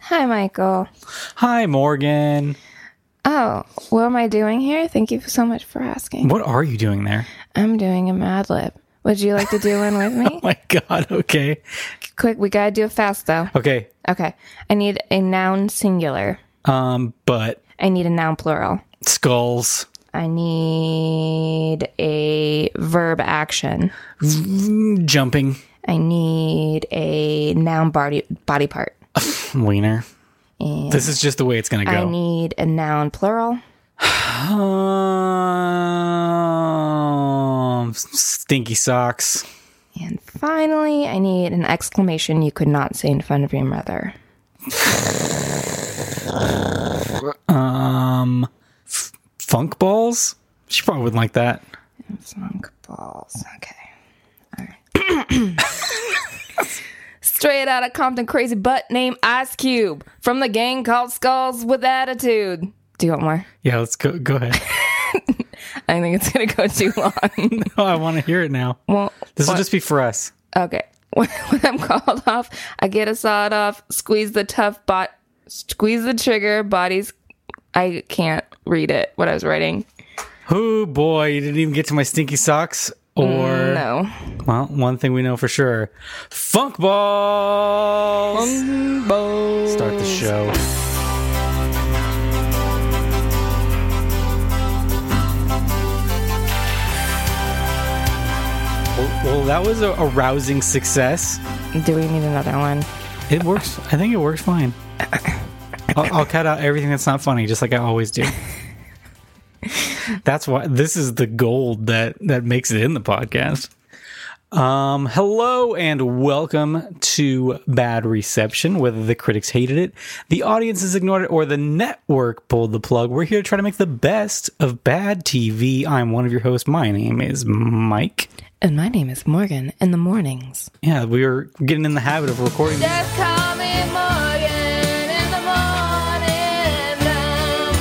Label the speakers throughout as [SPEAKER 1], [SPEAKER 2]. [SPEAKER 1] Hi, Michael.
[SPEAKER 2] Hi, Morgan.
[SPEAKER 1] Oh, what am I doing here? Thank you so much for asking.
[SPEAKER 2] What are you doing there?
[SPEAKER 1] I'm doing a Mad Lib. Would you like to do one with me?
[SPEAKER 2] My God. Okay.
[SPEAKER 1] Quick, we gotta do it fast though.
[SPEAKER 2] Okay.
[SPEAKER 1] Okay. I need a noun singular.
[SPEAKER 2] Um, but
[SPEAKER 1] I need a noun plural.
[SPEAKER 2] skulls.
[SPEAKER 1] I need a verb action.
[SPEAKER 2] Mm, Jumping.
[SPEAKER 1] I need a noun body body part.
[SPEAKER 2] Wiener.
[SPEAKER 1] And
[SPEAKER 2] This is just the way it's gonna
[SPEAKER 1] I
[SPEAKER 2] go.
[SPEAKER 1] need a noun plural.
[SPEAKER 2] um, s- stinky socks.
[SPEAKER 1] And finally, I need an exclamation you could not say in front of your mother.
[SPEAKER 2] Um, f- funk balls. She probably wouldn't like that.
[SPEAKER 1] Funk balls. Okay. All right. Straight out of Compton, crazy butt named Ice Cube from the gang called Skulls with Attitude. Do you want more?
[SPEAKER 2] Yeah, let's go. Go ahead.
[SPEAKER 1] I think it's gonna go too long.
[SPEAKER 2] oh, I want to hear it now.
[SPEAKER 1] well,
[SPEAKER 2] This will just be for us.
[SPEAKER 1] okay. When, when I'm called off, I get a sawed off, squeeze the tough bot, squeeze the trigger, bodies. I can't read it. What I was writing.
[SPEAKER 2] Oh boy, you didn't even get to my stinky socks. Or
[SPEAKER 1] No.
[SPEAKER 2] well, one thing we know for sure: funk balls. Start the show. Well, well, that was a, a rousing success.
[SPEAKER 1] Do we need another one?
[SPEAKER 2] It works. I think it works fine. I'll, I'll cut out everything that's not funny, just like I always do. That's why this is the gold that that makes it in the podcast. Um, hello and welcome to Bad Reception. Whether the critics hated it, the audiences ignored it, or the network pulled the plug, we're here to try to make the best of bad TV. I'm one of your hosts. My name is Mike.
[SPEAKER 1] And my name is Morgan. In the mornings.
[SPEAKER 2] Yeah, we are getting in the habit of recording.
[SPEAKER 1] Just call me Morgan in the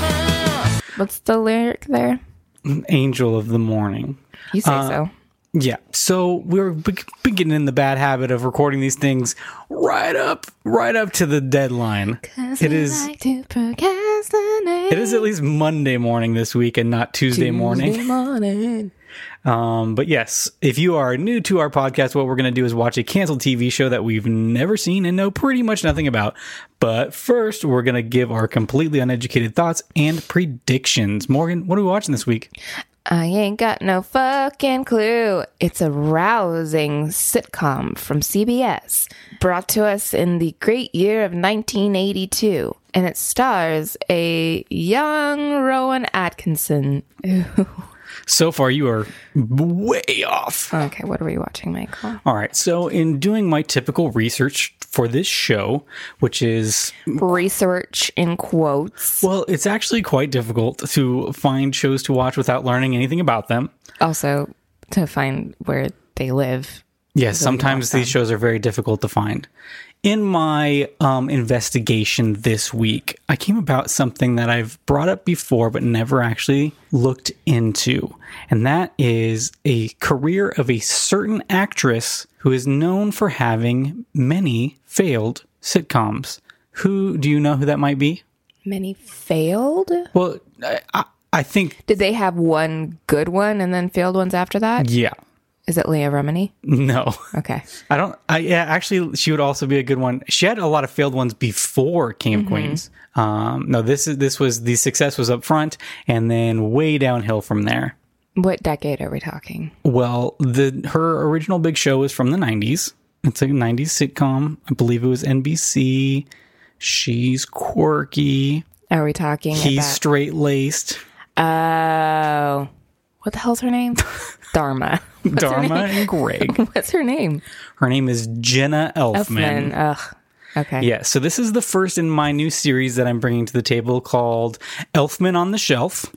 [SPEAKER 1] morning. What's the lyric there?
[SPEAKER 2] Angel of the Morning.
[SPEAKER 1] You
[SPEAKER 2] Uh,
[SPEAKER 1] say so.
[SPEAKER 2] Yeah. So we're be- beginning in the bad habit of recording these things right up, right up to the deadline. It is.
[SPEAKER 1] like to procrastinate.
[SPEAKER 2] It is at least Monday morning this week and not Tuesday morning.
[SPEAKER 1] morning.
[SPEAKER 2] Um, but yes, if you are new to our podcast, what we're going to do is watch a canceled TV show that we've never seen and know pretty much nothing about. But first, we're going to give our completely uneducated thoughts and predictions. Morgan, what are we watching this week?
[SPEAKER 1] I ain't got no fucking clue. It's a rousing sitcom from CBS, brought to us in the great year of 1982. And it stars a young Rowan Atkinson.
[SPEAKER 2] So far, you are way off.
[SPEAKER 1] Okay, what are we watching, Michael?
[SPEAKER 2] All right. So, in doing my typical research for this show, which is,
[SPEAKER 1] research in quotes.
[SPEAKER 2] well, it's actually quite difficult to find shows to watch without learning anything about them.
[SPEAKER 1] Also, to find where they live.
[SPEAKER 2] Yes, sometimes these shows are very difficult to find. In my um, investigation this week, I came about something that I've brought up before but never actually looked into. And that is a career of a certain actress who is known for having many failed sitcoms. Who do you know who that might be?
[SPEAKER 1] Many failed?
[SPEAKER 2] Well, I, I, I think,
[SPEAKER 1] Did they have one good one and then failed ones after that?
[SPEAKER 2] yeah.
[SPEAKER 1] Is it Leah Remini?
[SPEAKER 2] No.
[SPEAKER 1] Mm. Okay.
[SPEAKER 2] I don't. I yeah, actually, she would also be a good one. She had a lot of failed ones before
[SPEAKER 1] Mm-hmm.
[SPEAKER 2] Camp Queens. Um, no, this is this was the success was up front and then way downhill from there.
[SPEAKER 1] What decade are we talking?
[SPEAKER 2] Well, the her original big show was from the '90s. It's a '90s sitcom. I believe it was NBC. She's quirky.
[SPEAKER 1] Are we talking
[SPEAKER 2] He's straight laced.
[SPEAKER 1] about Oh. What the hell's her name? Dharma. What's her
[SPEAKER 2] Dharma
[SPEAKER 1] name?
[SPEAKER 2] and Greg.
[SPEAKER 1] What's her name?
[SPEAKER 2] Her name is Jenna Elfman.
[SPEAKER 1] Flynn. Ugh. Okay.
[SPEAKER 2] Yeah, so this is the first in my new series that I'm bringing to the table called Elfman on the Shelf.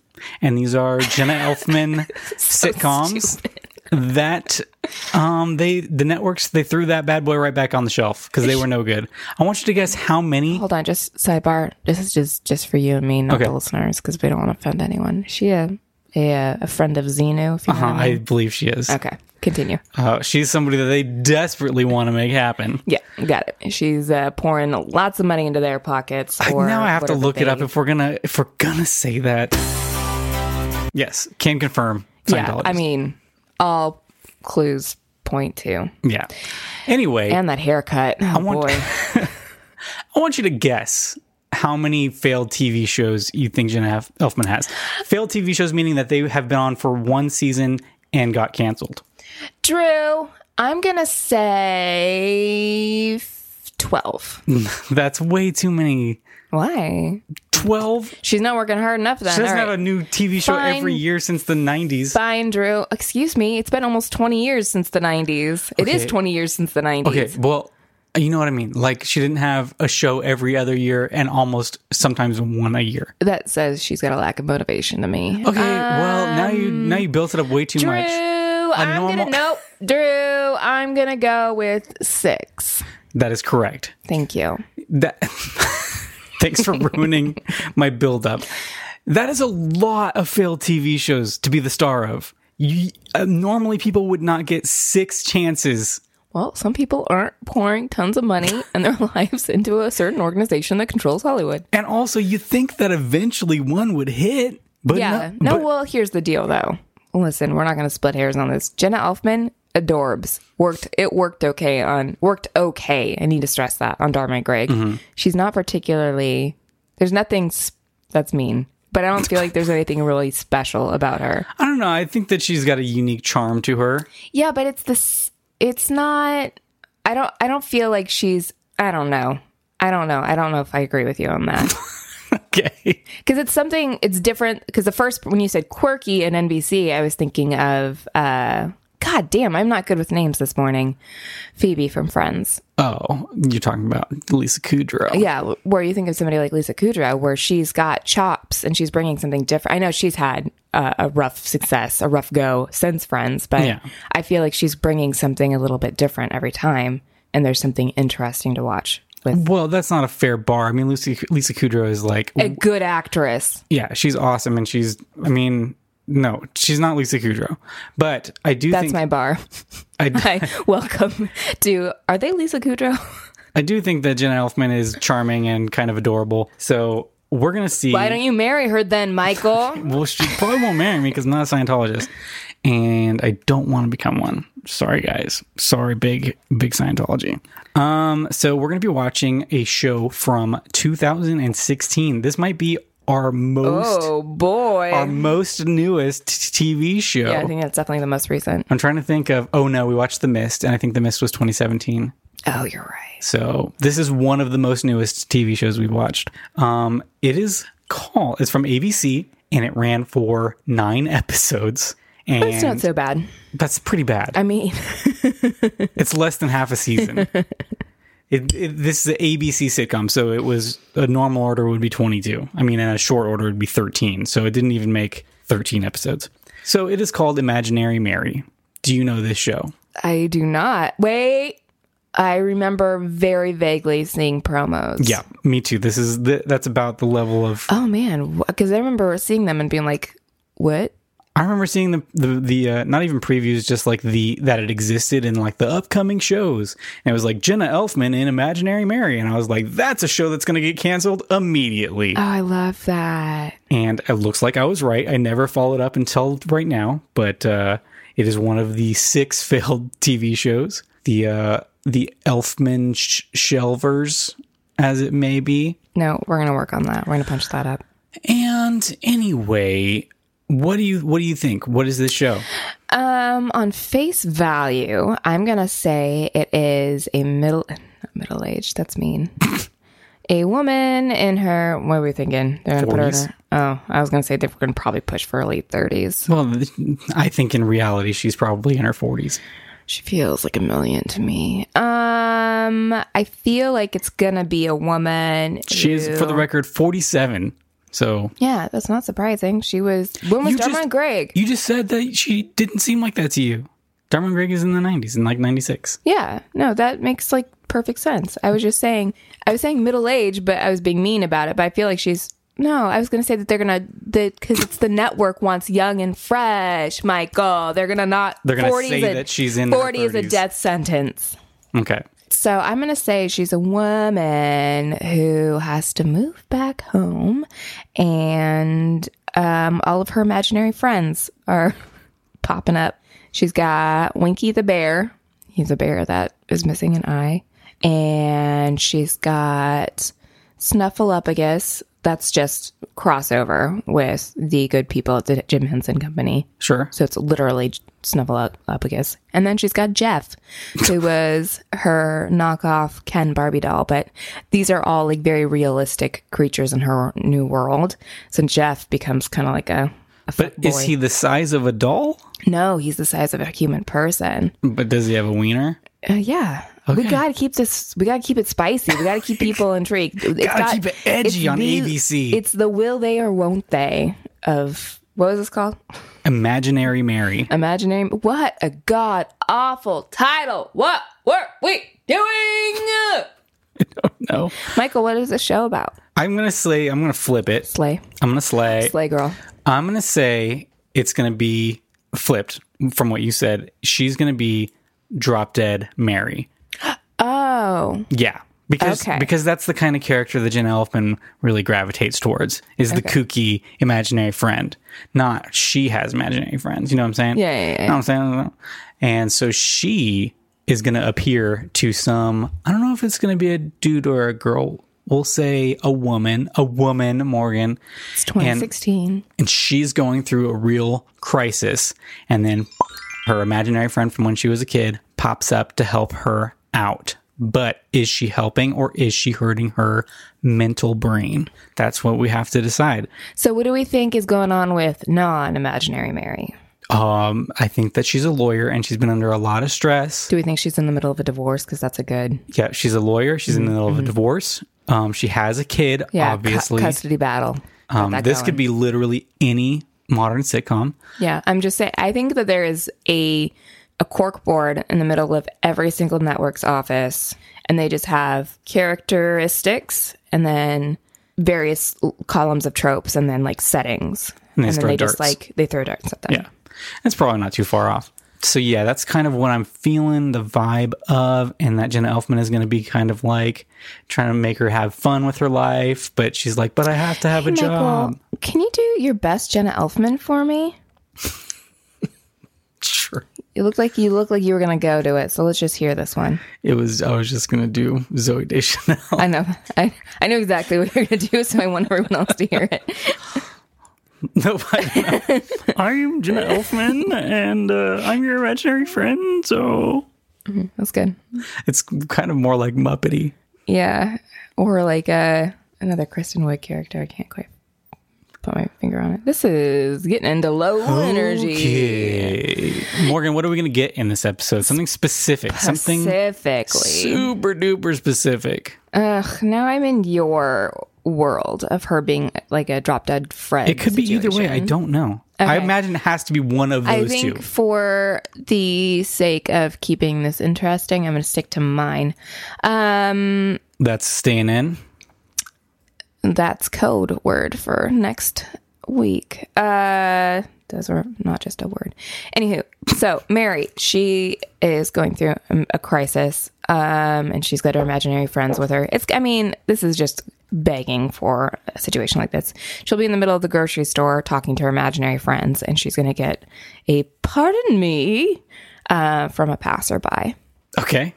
[SPEAKER 2] And these are Jenna Elfman sitcoms that um they the networks they threw that bad boy right back on the shelf because they were no good. I want you to guess how many
[SPEAKER 1] Hold on, just sidebar. This is just just for you and me, not
[SPEAKER 2] Okay.
[SPEAKER 1] the listeners, because we don't want to offend anyone. Is she uh, a a, a friend of Zeno? If you know
[SPEAKER 2] uh,
[SPEAKER 1] what I mean?
[SPEAKER 2] I believe she is.
[SPEAKER 1] Okay, Continue.
[SPEAKER 2] Uh, she's somebody that they desperately want to make happen.
[SPEAKER 1] Yeah, got it. She's uh, pouring lots of money into their pockets.
[SPEAKER 2] I,
[SPEAKER 1] or
[SPEAKER 2] now I have to
[SPEAKER 1] whatever
[SPEAKER 2] look it
[SPEAKER 1] they-
[SPEAKER 2] up if we're gonna if we're gonna say that. Yes, can confirm.
[SPEAKER 1] Yeah, I
[SPEAKER 2] Scientologist.
[SPEAKER 1] mean, all clues point to.
[SPEAKER 2] yeah. Anyway,
[SPEAKER 1] And that haircut. Oh,
[SPEAKER 2] want-
[SPEAKER 1] boy.
[SPEAKER 2] I want you to guess how many failed TV shows you think Jenna Elf- Elfman has. Failed TV shows meaning that they have been on for one season and got canceled.
[SPEAKER 1] Drew, I'm going to say f- 12.
[SPEAKER 2] That's way too many.
[SPEAKER 1] Why?
[SPEAKER 2] Twelve.
[SPEAKER 1] She's not working hard enough then.
[SPEAKER 2] She doesn't
[SPEAKER 1] All
[SPEAKER 2] have
[SPEAKER 1] right.
[SPEAKER 2] a new TV show
[SPEAKER 1] Fine.
[SPEAKER 2] every year since the '90s.
[SPEAKER 1] Fine, Drew. Excuse me. It's been almost 20 years since the 90s. It is
[SPEAKER 2] Okay.
[SPEAKER 1] 20 years since the 90s.
[SPEAKER 2] Okay, well, you know what I mean. Like she didn't have a show every other year, and almost sometimes one a year.
[SPEAKER 1] That says she's got a lack of motivation to me.
[SPEAKER 2] Okay, well now you now you built it up way too
[SPEAKER 1] Drew,
[SPEAKER 2] much.
[SPEAKER 1] I'm
[SPEAKER 2] normal-
[SPEAKER 1] gonna nope. Drew, I'm gonna go with six.
[SPEAKER 2] That is correct.
[SPEAKER 1] Thank you.
[SPEAKER 2] That thanks for ruining my build up. That is a lot of failed TV shows to be the star of. You, uh, normally, people would not get six chances.
[SPEAKER 1] Well, some people aren't pouring tons of money and their lives into a certain organization that controls Hollywood.
[SPEAKER 2] And also, you think that eventually one would hit, but
[SPEAKER 1] Yeah.
[SPEAKER 2] no,
[SPEAKER 1] No,
[SPEAKER 2] but-
[SPEAKER 1] well, here's the deal though. Listen, we're not gonna split hairs on this. Jenna Elfman adorbs. Worked it worked okay on worked okay. I need to stress that on Dharma Greg. She's not particularly there's nothing sp- that's mean. But I don't feel like there's anything really special about her.
[SPEAKER 2] I don't know. I think that she's got a unique charm to her.
[SPEAKER 1] Yeah, but it's this. It's not. I don't. I don't feel like she's. I don't know. I don't know. I don't know if I agree with you on that
[SPEAKER 2] Okay.
[SPEAKER 1] because it's something. It's different because the first when you said quirky in NBC, I was thinking of. uh God damn, I'm not good with names this morning. Phoebe from Friends.
[SPEAKER 2] Oh, you're talking about Lisa Kudrow.
[SPEAKER 1] Yeah, where you think of somebody like Lisa Kudrow, where she's got chops and she's bringing something different. I know she's had uh, a rough success, a rough go since Friends, but
[SPEAKER 2] Yeah.
[SPEAKER 1] I feel like she's bringing something a little bit different every time, and there's something interesting to watch with
[SPEAKER 2] Well, that's not a fair bar. I mean, Lucy, Lisa Kudrow is like,
[SPEAKER 1] a good actress.
[SPEAKER 2] yeah, she's awesome, and she's. I mean, no, she's not Lisa Kudrow, but I do
[SPEAKER 1] That's
[SPEAKER 2] think
[SPEAKER 1] my bar.
[SPEAKER 2] I,
[SPEAKER 1] Hi, welcome to. Are they Lisa Kudrow?
[SPEAKER 2] I do think that Jenna Elfman is charming and kind of adorable. So we're gonna see.
[SPEAKER 1] Why don't you marry her then, Michael?
[SPEAKER 2] well, she probably won't marry me because I'm not a Scientologist, and I don't want to become one. Sorry, guys. Sorry, big big Scientology. Um, so we're gonna be watching a show from 2016. This might be our most
[SPEAKER 1] oh boy.
[SPEAKER 2] our most newest t- TV show.
[SPEAKER 1] yeah, I think that's definitely the most recent.
[SPEAKER 2] I'm trying to think of. Oh no, we watched The Mist, and I think The Mist was 2017.
[SPEAKER 1] Oh, you're right.
[SPEAKER 2] So this is one of the most newest TV shows we've watched. Um, it is called. It's from ABC, and it ran for nine episodes. And
[SPEAKER 1] It's not so bad.
[SPEAKER 2] that's pretty bad.
[SPEAKER 1] I mean,
[SPEAKER 2] It's less than half a season. it, it, this is an ABC sitcom, so it was a normal order would be 22. I mean, in a short order would be 13. So it didn't even make 13 episodes. So it is called Imaginary Mary. Do you know this show?
[SPEAKER 1] I do not. Wait. I remember very vaguely seeing promos.
[SPEAKER 2] Yeah, me too. This is the, that's about the level of.
[SPEAKER 1] Oh man, because I remember seeing them and being like, "What?"
[SPEAKER 2] I remember seeing the the, the uh, not even previews, just like the that it existed in like the upcoming shows, and it was like Jenna Elfman in Imaginary Mary, and I was like, that's a show that's going to get canceled immediately.
[SPEAKER 1] Oh, I love that.
[SPEAKER 2] and it looks like I was right. I never followed up until right now, but uh, it is one of the six failed TV shows. The uh, the Elfman sh- shelvers, as it may be.
[SPEAKER 1] No, we're gonna work on that. We're gonna punch that up.
[SPEAKER 2] And anyway, what do you what do you think? What is this show?
[SPEAKER 1] Um, on face value, I'm gonna say it is a middle not middle aged. That's mean. a woman in her what are we thinking? They're gonna put her. In
[SPEAKER 2] 40s?
[SPEAKER 1] her oh, I was gonna say they're gonna probably push for her late thirties.
[SPEAKER 2] Well, th- I think in reality she's probably in her forties.
[SPEAKER 1] She feels like a million to me. Um, I feel like it's gonna be a woman.
[SPEAKER 2] She is, for the
[SPEAKER 1] who-
[SPEAKER 2] record, forty seven. So
[SPEAKER 1] Yeah, that's not surprising. She was when was
[SPEAKER 2] You
[SPEAKER 1] Dharma
[SPEAKER 2] just-
[SPEAKER 1] and Greg?
[SPEAKER 2] you just said that she didn't seem like that to you. Darman Greg is in the nineties, in like ninety six.
[SPEAKER 1] Yeah, no, that makes like perfect sense. I was just saying, I was saying middle age, but I was being mean about it. But I feel like she's No, I was going to say that they're going to because it's the network wants young and fresh, Michael. They're going to not.
[SPEAKER 2] They're gonna
[SPEAKER 1] 40 is
[SPEAKER 2] say
[SPEAKER 1] a-
[SPEAKER 2] that she's in her
[SPEAKER 1] forty is a
[SPEAKER 2] 30s.
[SPEAKER 1] death sentence.
[SPEAKER 2] Okay.
[SPEAKER 1] So I'm going to say she's a woman who has to move back home, and um, all of her imaginary friends are popping up. She's got Winky the bear. He's a bear that is missing an eye, and she's got Snuffleupagus. That's just crossover with the good people at the Jim Henson Company.
[SPEAKER 2] Sure.
[SPEAKER 1] So it's literally Snuffleupagus. And then she's got Jeff, who was her knockoff Ken Barbie doll. But these are all like very realistic creatures in her new world. So Jeff becomes kind of like a, a
[SPEAKER 2] But
[SPEAKER 1] fuckboy.
[SPEAKER 2] is he the size of a doll?
[SPEAKER 1] No, he's the size of a human person.
[SPEAKER 2] But does he have a wiener?
[SPEAKER 1] Uh, yeah. We gotta keep this. We gotta keep it spicy. We gotta keep people intrigued. It's
[SPEAKER 2] Gotta keep it edgy
[SPEAKER 1] it's
[SPEAKER 2] on
[SPEAKER 1] the-
[SPEAKER 2] ABC.
[SPEAKER 1] It's the will they or won't they of what was this called?
[SPEAKER 2] Imaginary Mary.
[SPEAKER 1] Imaginary. What a god awful title. What were we doing?
[SPEAKER 2] No.
[SPEAKER 1] Michael, what is the show about?
[SPEAKER 2] I'm going to say, I'm going to flip it.
[SPEAKER 1] Slay.
[SPEAKER 2] I'm going to slay.
[SPEAKER 1] Slay girl.
[SPEAKER 2] I'm going to say it's going to be flipped from what you said. She's going to be drop dead Mary.
[SPEAKER 1] Oh,
[SPEAKER 2] Yeah. Because
[SPEAKER 1] Okay.
[SPEAKER 2] because that's the kind of character that Jen Elfman really gravitates towards is the kooky imaginary friend. Not she has imaginary friends. You know what I'm saying?
[SPEAKER 1] Yeah, yeah, yeah.
[SPEAKER 2] You know what I'm saying? And so she is gonna appear to some I don't know if it's gonna be a dude or a girl. We'll say a woman, a woman, Morgan,
[SPEAKER 1] it's 2016.
[SPEAKER 2] and she's going through a real crisis. And then her imaginary friend from when she was a kid pops up to help her out. But is she helping or is she hurting her mental brain? That's what we have to decide.
[SPEAKER 1] so, what do we think is going on with non imaginary Mary?
[SPEAKER 2] Um, I think that she's a lawyer and she's been under a lot of stress.
[SPEAKER 1] Do we think she's in the middle of a divorce? Because that's a good
[SPEAKER 2] Yeah, she's a lawyer. She's in the middle of a divorce. Um, she has a kid,
[SPEAKER 1] Mm-hmm. yeah, cu-
[SPEAKER 2] obviously.
[SPEAKER 1] custody battle. Got
[SPEAKER 2] um,
[SPEAKER 1] that
[SPEAKER 2] this
[SPEAKER 1] going.
[SPEAKER 2] could be literally any modern sitcom.
[SPEAKER 1] Yeah, I'm just saying. I think that there is a a cork board in the middle of every single network's office, and they just have characteristics and then various l- columns of tropes and then like settings,
[SPEAKER 2] And they
[SPEAKER 1] then
[SPEAKER 2] throw
[SPEAKER 1] they
[SPEAKER 2] darts.
[SPEAKER 1] just like they throw darts at them.
[SPEAKER 2] Yeah. That's probably not too far off. So yeah, that's kind of what I'm feeling the vibe of, and that Jenna Elfman is going to be kind of like trying to make her have fun with her life, but she's like, "But I have to have a
[SPEAKER 1] Michael,
[SPEAKER 2] job."
[SPEAKER 1] can you do your best Jenna Elfman for me?
[SPEAKER 2] Sure.
[SPEAKER 1] You look like you look like you were gonna go to it, so let's just hear this one.
[SPEAKER 2] It was. I was just going to do Zoe Deschanel.
[SPEAKER 1] I know, I, I know exactly what you're gonna do, so I want everyone else to hear it.
[SPEAKER 2] no, I, I'm Jenna Elfman, and uh, I'm your imaginary friend. So
[SPEAKER 1] That's good.
[SPEAKER 2] it's kind of more like Muppety.
[SPEAKER 1] Yeah, or like uh, another Kristen Wiig character. I can't quite put my finger on it. This is getting into low energy.
[SPEAKER 2] Okay. Morgan, what are we going to get in this episode? Something specific. Something
[SPEAKER 1] Specifically,
[SPEAKER 2] super duper specific.
[SPEAKER 1] ugh. Now I'm in your world of her being like a drop dead friend.
[SPEAKER 2] It could be either way. I don't know. I
[SPEAKER 1] Okay.
[SPEAKER 2] imagine it has to be one of
[SPEAKER 1] I
[SPEAKER 2] those
[SPEAKER 1] think
[SPEAKER 2] two.
[SPEAKER 1] for the sake of keeping this interesting, I'm going to stick to mine. Um,
[SPEAKER 2] That's staying in.
[SPEAKER 1] that's code word for next week. Uh, those are not just a word. Anywho, so Mary, she is going through um, a crisis, um, and she's got her imaginary friends with her. It's, I mean, this is just begging for a situation like this. She'll be in the middle of the grocery store talking to her imaginary friends, and she's going to get a pardon me uh, from a passerby.
[SPEAKER 2] Okay.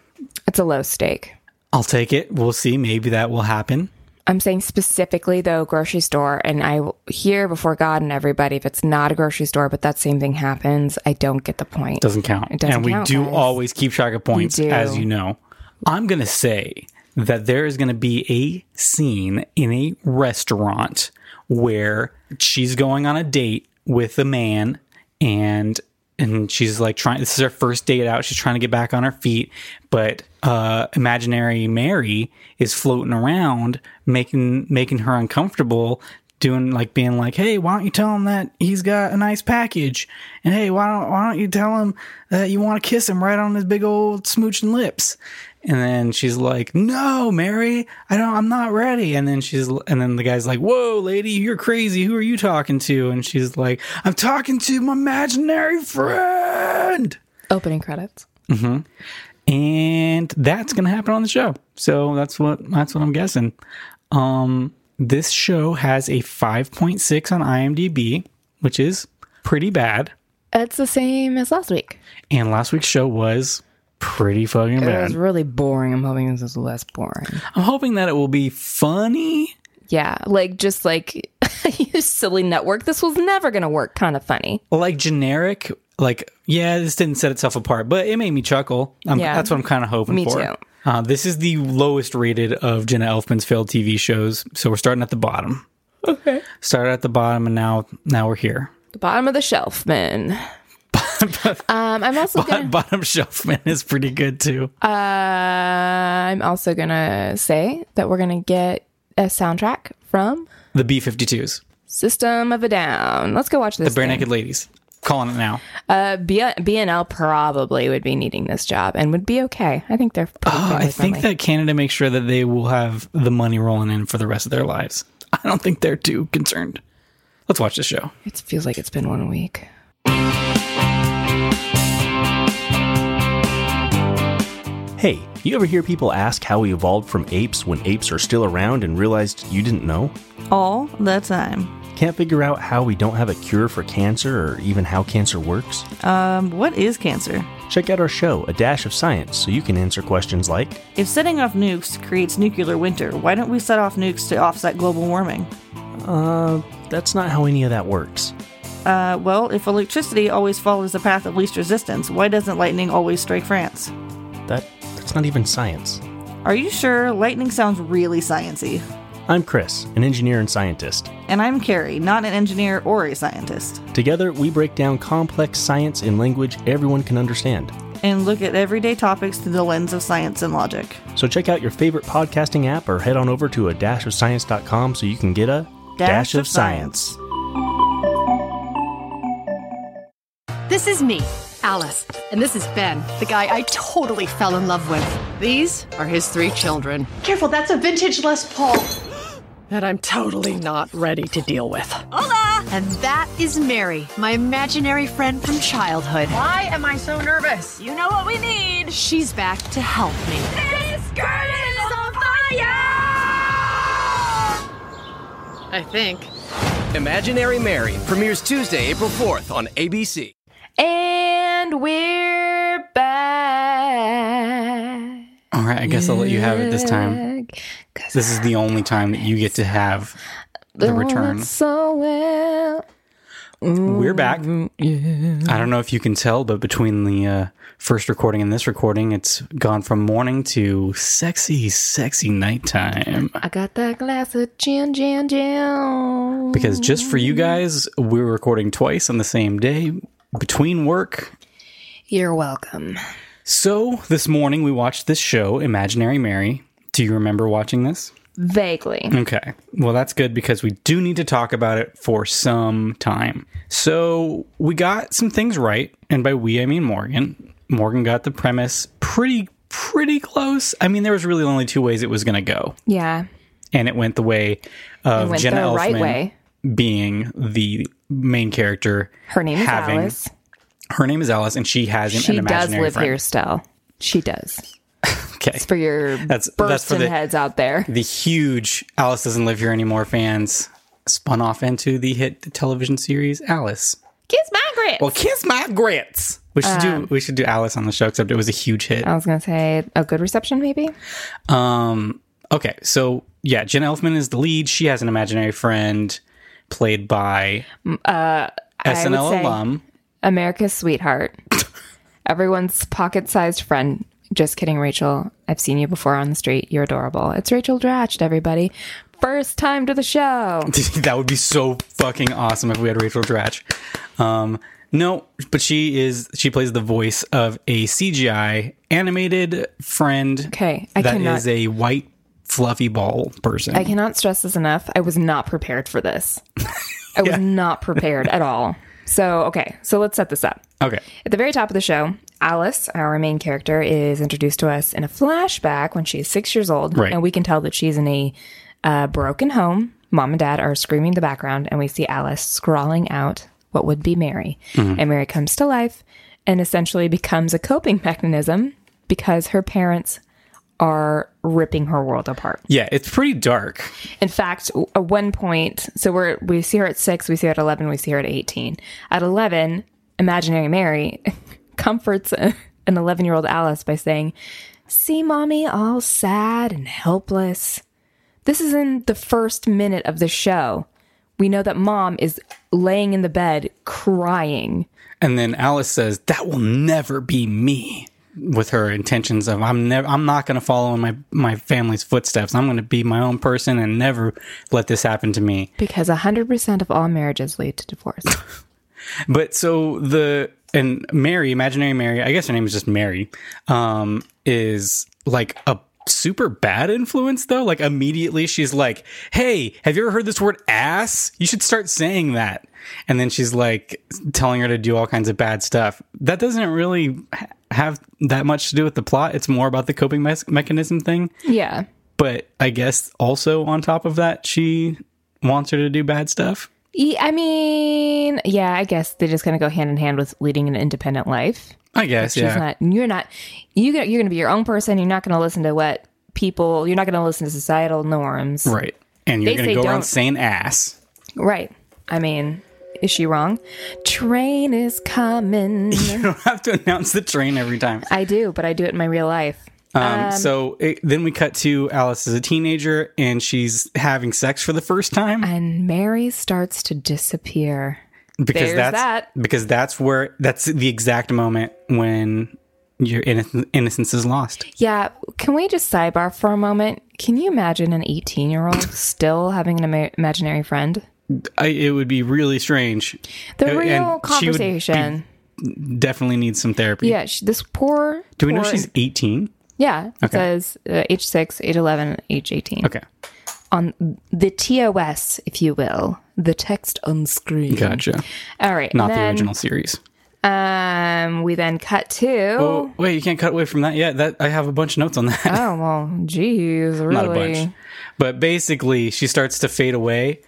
[SPEAKER 1] It's a low stake.
[SPEAKER 2] I'll take it. We'll see. Maybe that will happen.
[SPEAKER 1] I'm saying specifically though grocery store and I will hear before God and everybody if it's not a grocery store but that same thing happens I don't get the point.
[SPEAKER 2] Doesn't count.
[SPEAKER 1] It doesn't
[SPEAKER 2] and we
[SPEAKER 1] count,
[SPEAKER 2] do
[SPEAKER 1] guys.
[SPEAKER 2] always keep track of points,
[SPEAKER 1] do.
[SPEAKER 2] as you know. I'm going to say that there is going to be a scene in a restaurant where she's going on a date with a man and and she's like trying this is her first date out she's trying to get back on her feet but uh imaginary mary is floating around making making her uncomfortable doing like being like, "Hey, why don't you tell him that he's got a nice package?" And hey, why don't why don't you tell him that you want to kiss him right on his big old smooching lips? And then she's like, "No, Mary, I don't. I'm not ready." And then she's, and then the guy's like, "Whoa, lady, you're crazy. Who are you talking to?" And she's like, "I'm talking to my imaginary friend."
[SPEAKER 1] Opening credits.
[SPEAKER 2] and that's going to happen on the show. So that's what that's what I'm guessing. Um, this show has a 5.6 on IMDb, which is pretty bad.
[SPEAKER 1] It's the same as last week.
[SPEAKER 2] And last week's show was pretty fucking
[SPEAKER 1] It was
[SPEAKER 2] bad.
[SPEAKER 1] really boring. I'm hoping this is less boring.
[SPEAKER 2] I'm hoping that it will be funny.
[SPEAKER 1] Yeah, like just like you silly network. This was never gonna work. Kind of funny.
[SPEAKER 2] like generic like yeah this didn't set itself apart but it made me chuckle I'm,
[SPEAKER 1] Yeah.
[SPEAKER 2] that's what i'm kind of hoping
[SPEAKER 1] Me
[SPEAKER 2] for
[SPEAKER 1] too.
[SPEAKER 2] Uh, this is the lowest rated of jenna elfman's failed tv shows so we're starting at the bottom
[SPEAKER 1] Okay.
[SPEAKER 2] started at the bottom and now now we're here
[SPEAKER 1] The bottom of the shelf, man. um, I'm also gonna.
[SPEAKER 2] bottom shelf man is pretty good too
[SPEAKER 1] Uh, I'm also gonna say that we're gonna get a soundtrack from
[SPEAKER 2] the b-52s
[SPEAKER 1] System of a Down. Let's go watch this.
[SPEAKER 2] the bare
[SPEAKER 1] thing.
[SPEAKER 2] naked ladies calling it now
[SPEAKER 1] Uh, B- BNL probably would be needing this job and would be okay. I think they're. pretty
[SPEAKER 2] Oh, i
[SPEAKER 1] family
[SPEAKER 2] think
[SPEAKER 1] friendly.
[SPEAKER 2] that canada makes sure that they will have the money rolling in for the rest of their lives i don't think they're too concerned let's watch this show
[SPEAKER 1] It feels like it's been one week.
[SPEAKER 3] Hey, you ever hear people ask how we evolved from apes when apes are still around and realized you didn't know?
[SPEAKER 4] all the time.
[SPEAKER 3] Can't figure out how we don't have a cure for cancer or even how cancer works?
[SPEAKER 4] Um, what is cancer?
[SPEAKER 3] Check out our show, A Dash of Science, so you can answer questions like
[SPEAKER 4] If setting off nukes creates nuclear winter, why don't we set off nukes to offset global warming?
[SPEAKER 3] Uh, that's not how any of that works.
[SPEAKER 4] Uh, well, if electricity always follows the path of least resistance, why doesn't lightning always strike France?
[SPEAKER 3] That that's not even science.
[SPEAKER 4] Are you sure? Lightning sounds really sciency.
[SPEAKER 3] I'm Chris, an engineer and scientist.
[SPEAKER 4] And I'm Carrie, not an engineer or a scientist.
[SPEAKER 3] Together, we break down complex science in language everyone can understand.
[SPEAKER 4] And look at everyday topics through the lens of science and logic.
[SPEAKER 3] So check out your favorite podcasting app or head on over to a dashofscience.com so you can get a
[SPEAKER 4] Dash of science.
[SPEAKER 5] This is me, Alice, and this is Ben, the guy I totally fell in love with. These are his three children.
[SPEAKER 6] Careful, that's a vintage Les Paul.
[SPEAKER 5] That I'm totally not ready to deal with. Hola! And that is Mary, my imaginary friend from childhood.
[SPEAKER 6] Why am I so nervous?
[SPEAKER 5] You know what we need! She's back to help me.
[SPEAKER 6] This skirt is on fire!
[SPEAKER 5] I think.
[SPEAKER 7] Imaginary Mary premieres Tuesday, April 4th on ABC.
[SPEAKER 1] And we're back.
[SPEAKER 2] all right i guess i'll let you have it this time This is the only time that you get to have the return.
[SPEAKER 1] So well.
[SPEAKER 2] We're back. I don't know if you can tell, but between the uh, first recording and this recording, it's gone from morning to sexy, sexy nighttime.
[SPEAKER 1] I got that glass of gin, gin, gin.
[SPEAKER 2] Because just for you guys, we're recording twice on the same day between work
[SPEAKER 1] You're welcome.
[SPEAKER 2] So this morning we watched this show, Imaginary Mary. Do you remember watching this?
[SPEAKER 1] Vaguely.
[SPEAKER 2] Okay. Well, that's good because we do need to talk about it for some time. So we got some things right, and by we I mean Morgan. Morgan got the premise pretty pretty close. I mean, there was really only two ways it was going to go,
[SPEAKER 1] Yeah.
[SPEAKER 2] and it went the way of
[SPEAKER 1] went
[SPEAKER 2] Jenna
[SPEAKER 1] the
[SPEAKER 2] Elfman
[SPEAKER 1] right way.
[SPEAKER 2] being the main character.
[SPEAKER 1] Her name is
[SPEAKER 2] having-
[SPEAKER 1] Alice.
[SPEAKER 2] Her name is Alice, and she has an,
[SPEAKER 1] She
[SPEAKER 2] an
[SPEAKER 1] does
[SPEAKER 2] imaginary
[SPEAKER 1] live
[SPEAKER 2] friend.
[SPEAKER 1] here still. She does.
[SPEAKER 2] Okay.
[SPEAKER 1] For your
[SPEAKER 2] That's- that's for
[SPEAKER 1] bursting
[SPEAKER 2] the-
[SPEAKER 1] heads out there.
[SPEAKER 2] the huge Alice Doesn't Live Here Anymore fans spun off into the hit television series Alice.
[SPEAKER 1] Kiss my grip.
[SPEAKER 2] Well, kiss my grits. We should
[SPEAKER 1] Uh.
[SPEAKER 2] do we should do Alice on the show, except it was a huge hit.
[SPEAKER 1] I was going to say a good reception, maybe?
[SPEAKER 2] Um, okay, so yeah, Jen Elfman is the lead. She has an imaginary friend played by uh, SNL
[SPEAKER 1] say-
[SPEAKER 2] alum.
[SPEAKER 1] America's sweetheart. Everyone's pocket sized friend. Just kidding, Rachel. I've seen you before on the street. You're adorable. It's Rachel Dratched, everybody. First time to the show.
[SPEAKER 2] that would be so fucking awesome if we had Rachel Dratch. Um, no, but she is she plays the voice of a CGI animated friend.
[SPEAKER 1] Okay, I
[SPEAKER 2] that is
[SPEAKER 1] cannot-
[SPEAKER 2] a white fluffy ball person.
[SPEAKER 1] I cannot stress this enough. I was not prepared for this. I was not prepared at all. So, okay, so let's set this up.
[SPEAKER 2] Okay.
[SPEAKER 1] At the very top of the show, Alice, our main character, is introduced to us in a flashback when she's six years old.
[SPEAKER 2] Right.
[SPEAKER 1] And we can tell that she's in a uh, broken home. Mom and dad are screaming in the background, and we see Alice scrawling out what would be Mary. And Mary comes to life and essentially becomes a coping mechanism because her parents are ripping her world apart.
[SPEAKER 2] Yeah, it's pretty dark.
[SPEAKER 1] In fact, w- at one point, so we're we see her at six, we see her at eleven, we see her at eighteen. At eleven, imaginary Mary comforts an eleven-year-old Alice by saying, "See, mommy, all sad and helpless." This is in the first minute of the show. We know that mom is laying in the bed crying.
[SPEAKER 2] And then Alice says, "That will never be me." With her intentions of I'm never I'm not going to follow in my my family's footsteps. I'm going to be my own person and never let this happen to me.
[SPEAKER 1] Because 100% of all marriages lead to divorce.
[SPEAKER 2] But so the and Mary, imaginary Mary, I guess her name is just Mary, um, is like a super bad influence though. Like immediately she's like, Hey, have you ever heard this word ass? You should start saying that. And then she's like telling her to do all kinds of bad stuff. That doesn't really ha- have that much to do with the plot. It's more about the coping mes- mechanism thing.
[SPEAKER 1] yeah.
[SPEAKER 2] But I guess also on top of that, she wants her to do bad stuff.
[SPEAKER 1] Ye- E, I mean, yeah, I guess they just kind of go hand in hand with leading an independent life.
[SPEAKER 2] I guess,
[SPEAKER 1] She's
[SPEAKER 2] yeah.
[SPEAKER 1] not. You're not. You go- you're going to be your own person. You're not going to listen to what people. You're not going to listen to societal norms.
[SPEAKER 2] Right. And you're
[SPEAKER 1] They
[SPEAKER 2] going
[SPEAKER 1] say
[SPEAKER 2] to go around
[SPEAKER 1] don't.
[SPEAKER 2] saying ass.
[SPEAKER 1] Right. I mean, is she wrong? Train is coming.
[SPEAKER 2] You don't have to announce the train every time.
[SPEAKER 1] I do, but I do it in my real life.
[SPEAKER 2] Um, so it, then we cut to Alice as a teenager and she's having sex for the first time
[SPEAKER 1] And Mary starts to disappear.
[SPEAKER 2] because
[SPEAKER 1] there's
[SPEAKER 2] that's
[SPEAKER 1] that.
[SPEAKER 2] because that's where that's the exact moment when your inno- innocence is lost.
[SPEAKER 1] Yeah. Can we just sidebar for a moment? Can you imagine an 18 year old still having an ima- imaginary friend?
[SPEAKER 2] I, it would be really strange.
[SPEAKER 1] The
[SPEAKER 2] And she
[SPEAKER 1] real
[SPEAKER 2] would be-
[SPEAKER 1] conversation.
[SPEAKER 2] Definitely needs some therapy.
[SPEAKER 1] Yeah, she, this poor.
[SPEAKER 2] Do we know
[SPEAKER 1] poor-
[SPEAKER 2] she's 18?
[SPEAKER 1] Yeah, it
[SPEAKER 2] Okay.
[SPEAKER 1] says uh, age six, age eleven, age eighteen.
[SPEAKER 2] Okay.
[SPEAKER 1] On the TOS, if you will, the text on screen.
[SPEAKER 2] Gotcha.
[SPEAKER 1] All right.
[SPEAKER 2] Not the
[SPEAKER 1] then,
[SPEAKER 2] original series.
[SPEAKER 1] Um, we then cut to.
[SPEAKER 2] Oh, wait, you can't cut away from that yet. That I have a bunch of notes on that.
[SPEAKER 1] Oh well, geez, really?
[SPEAKER 2] not a bunch but basically she starts to fade away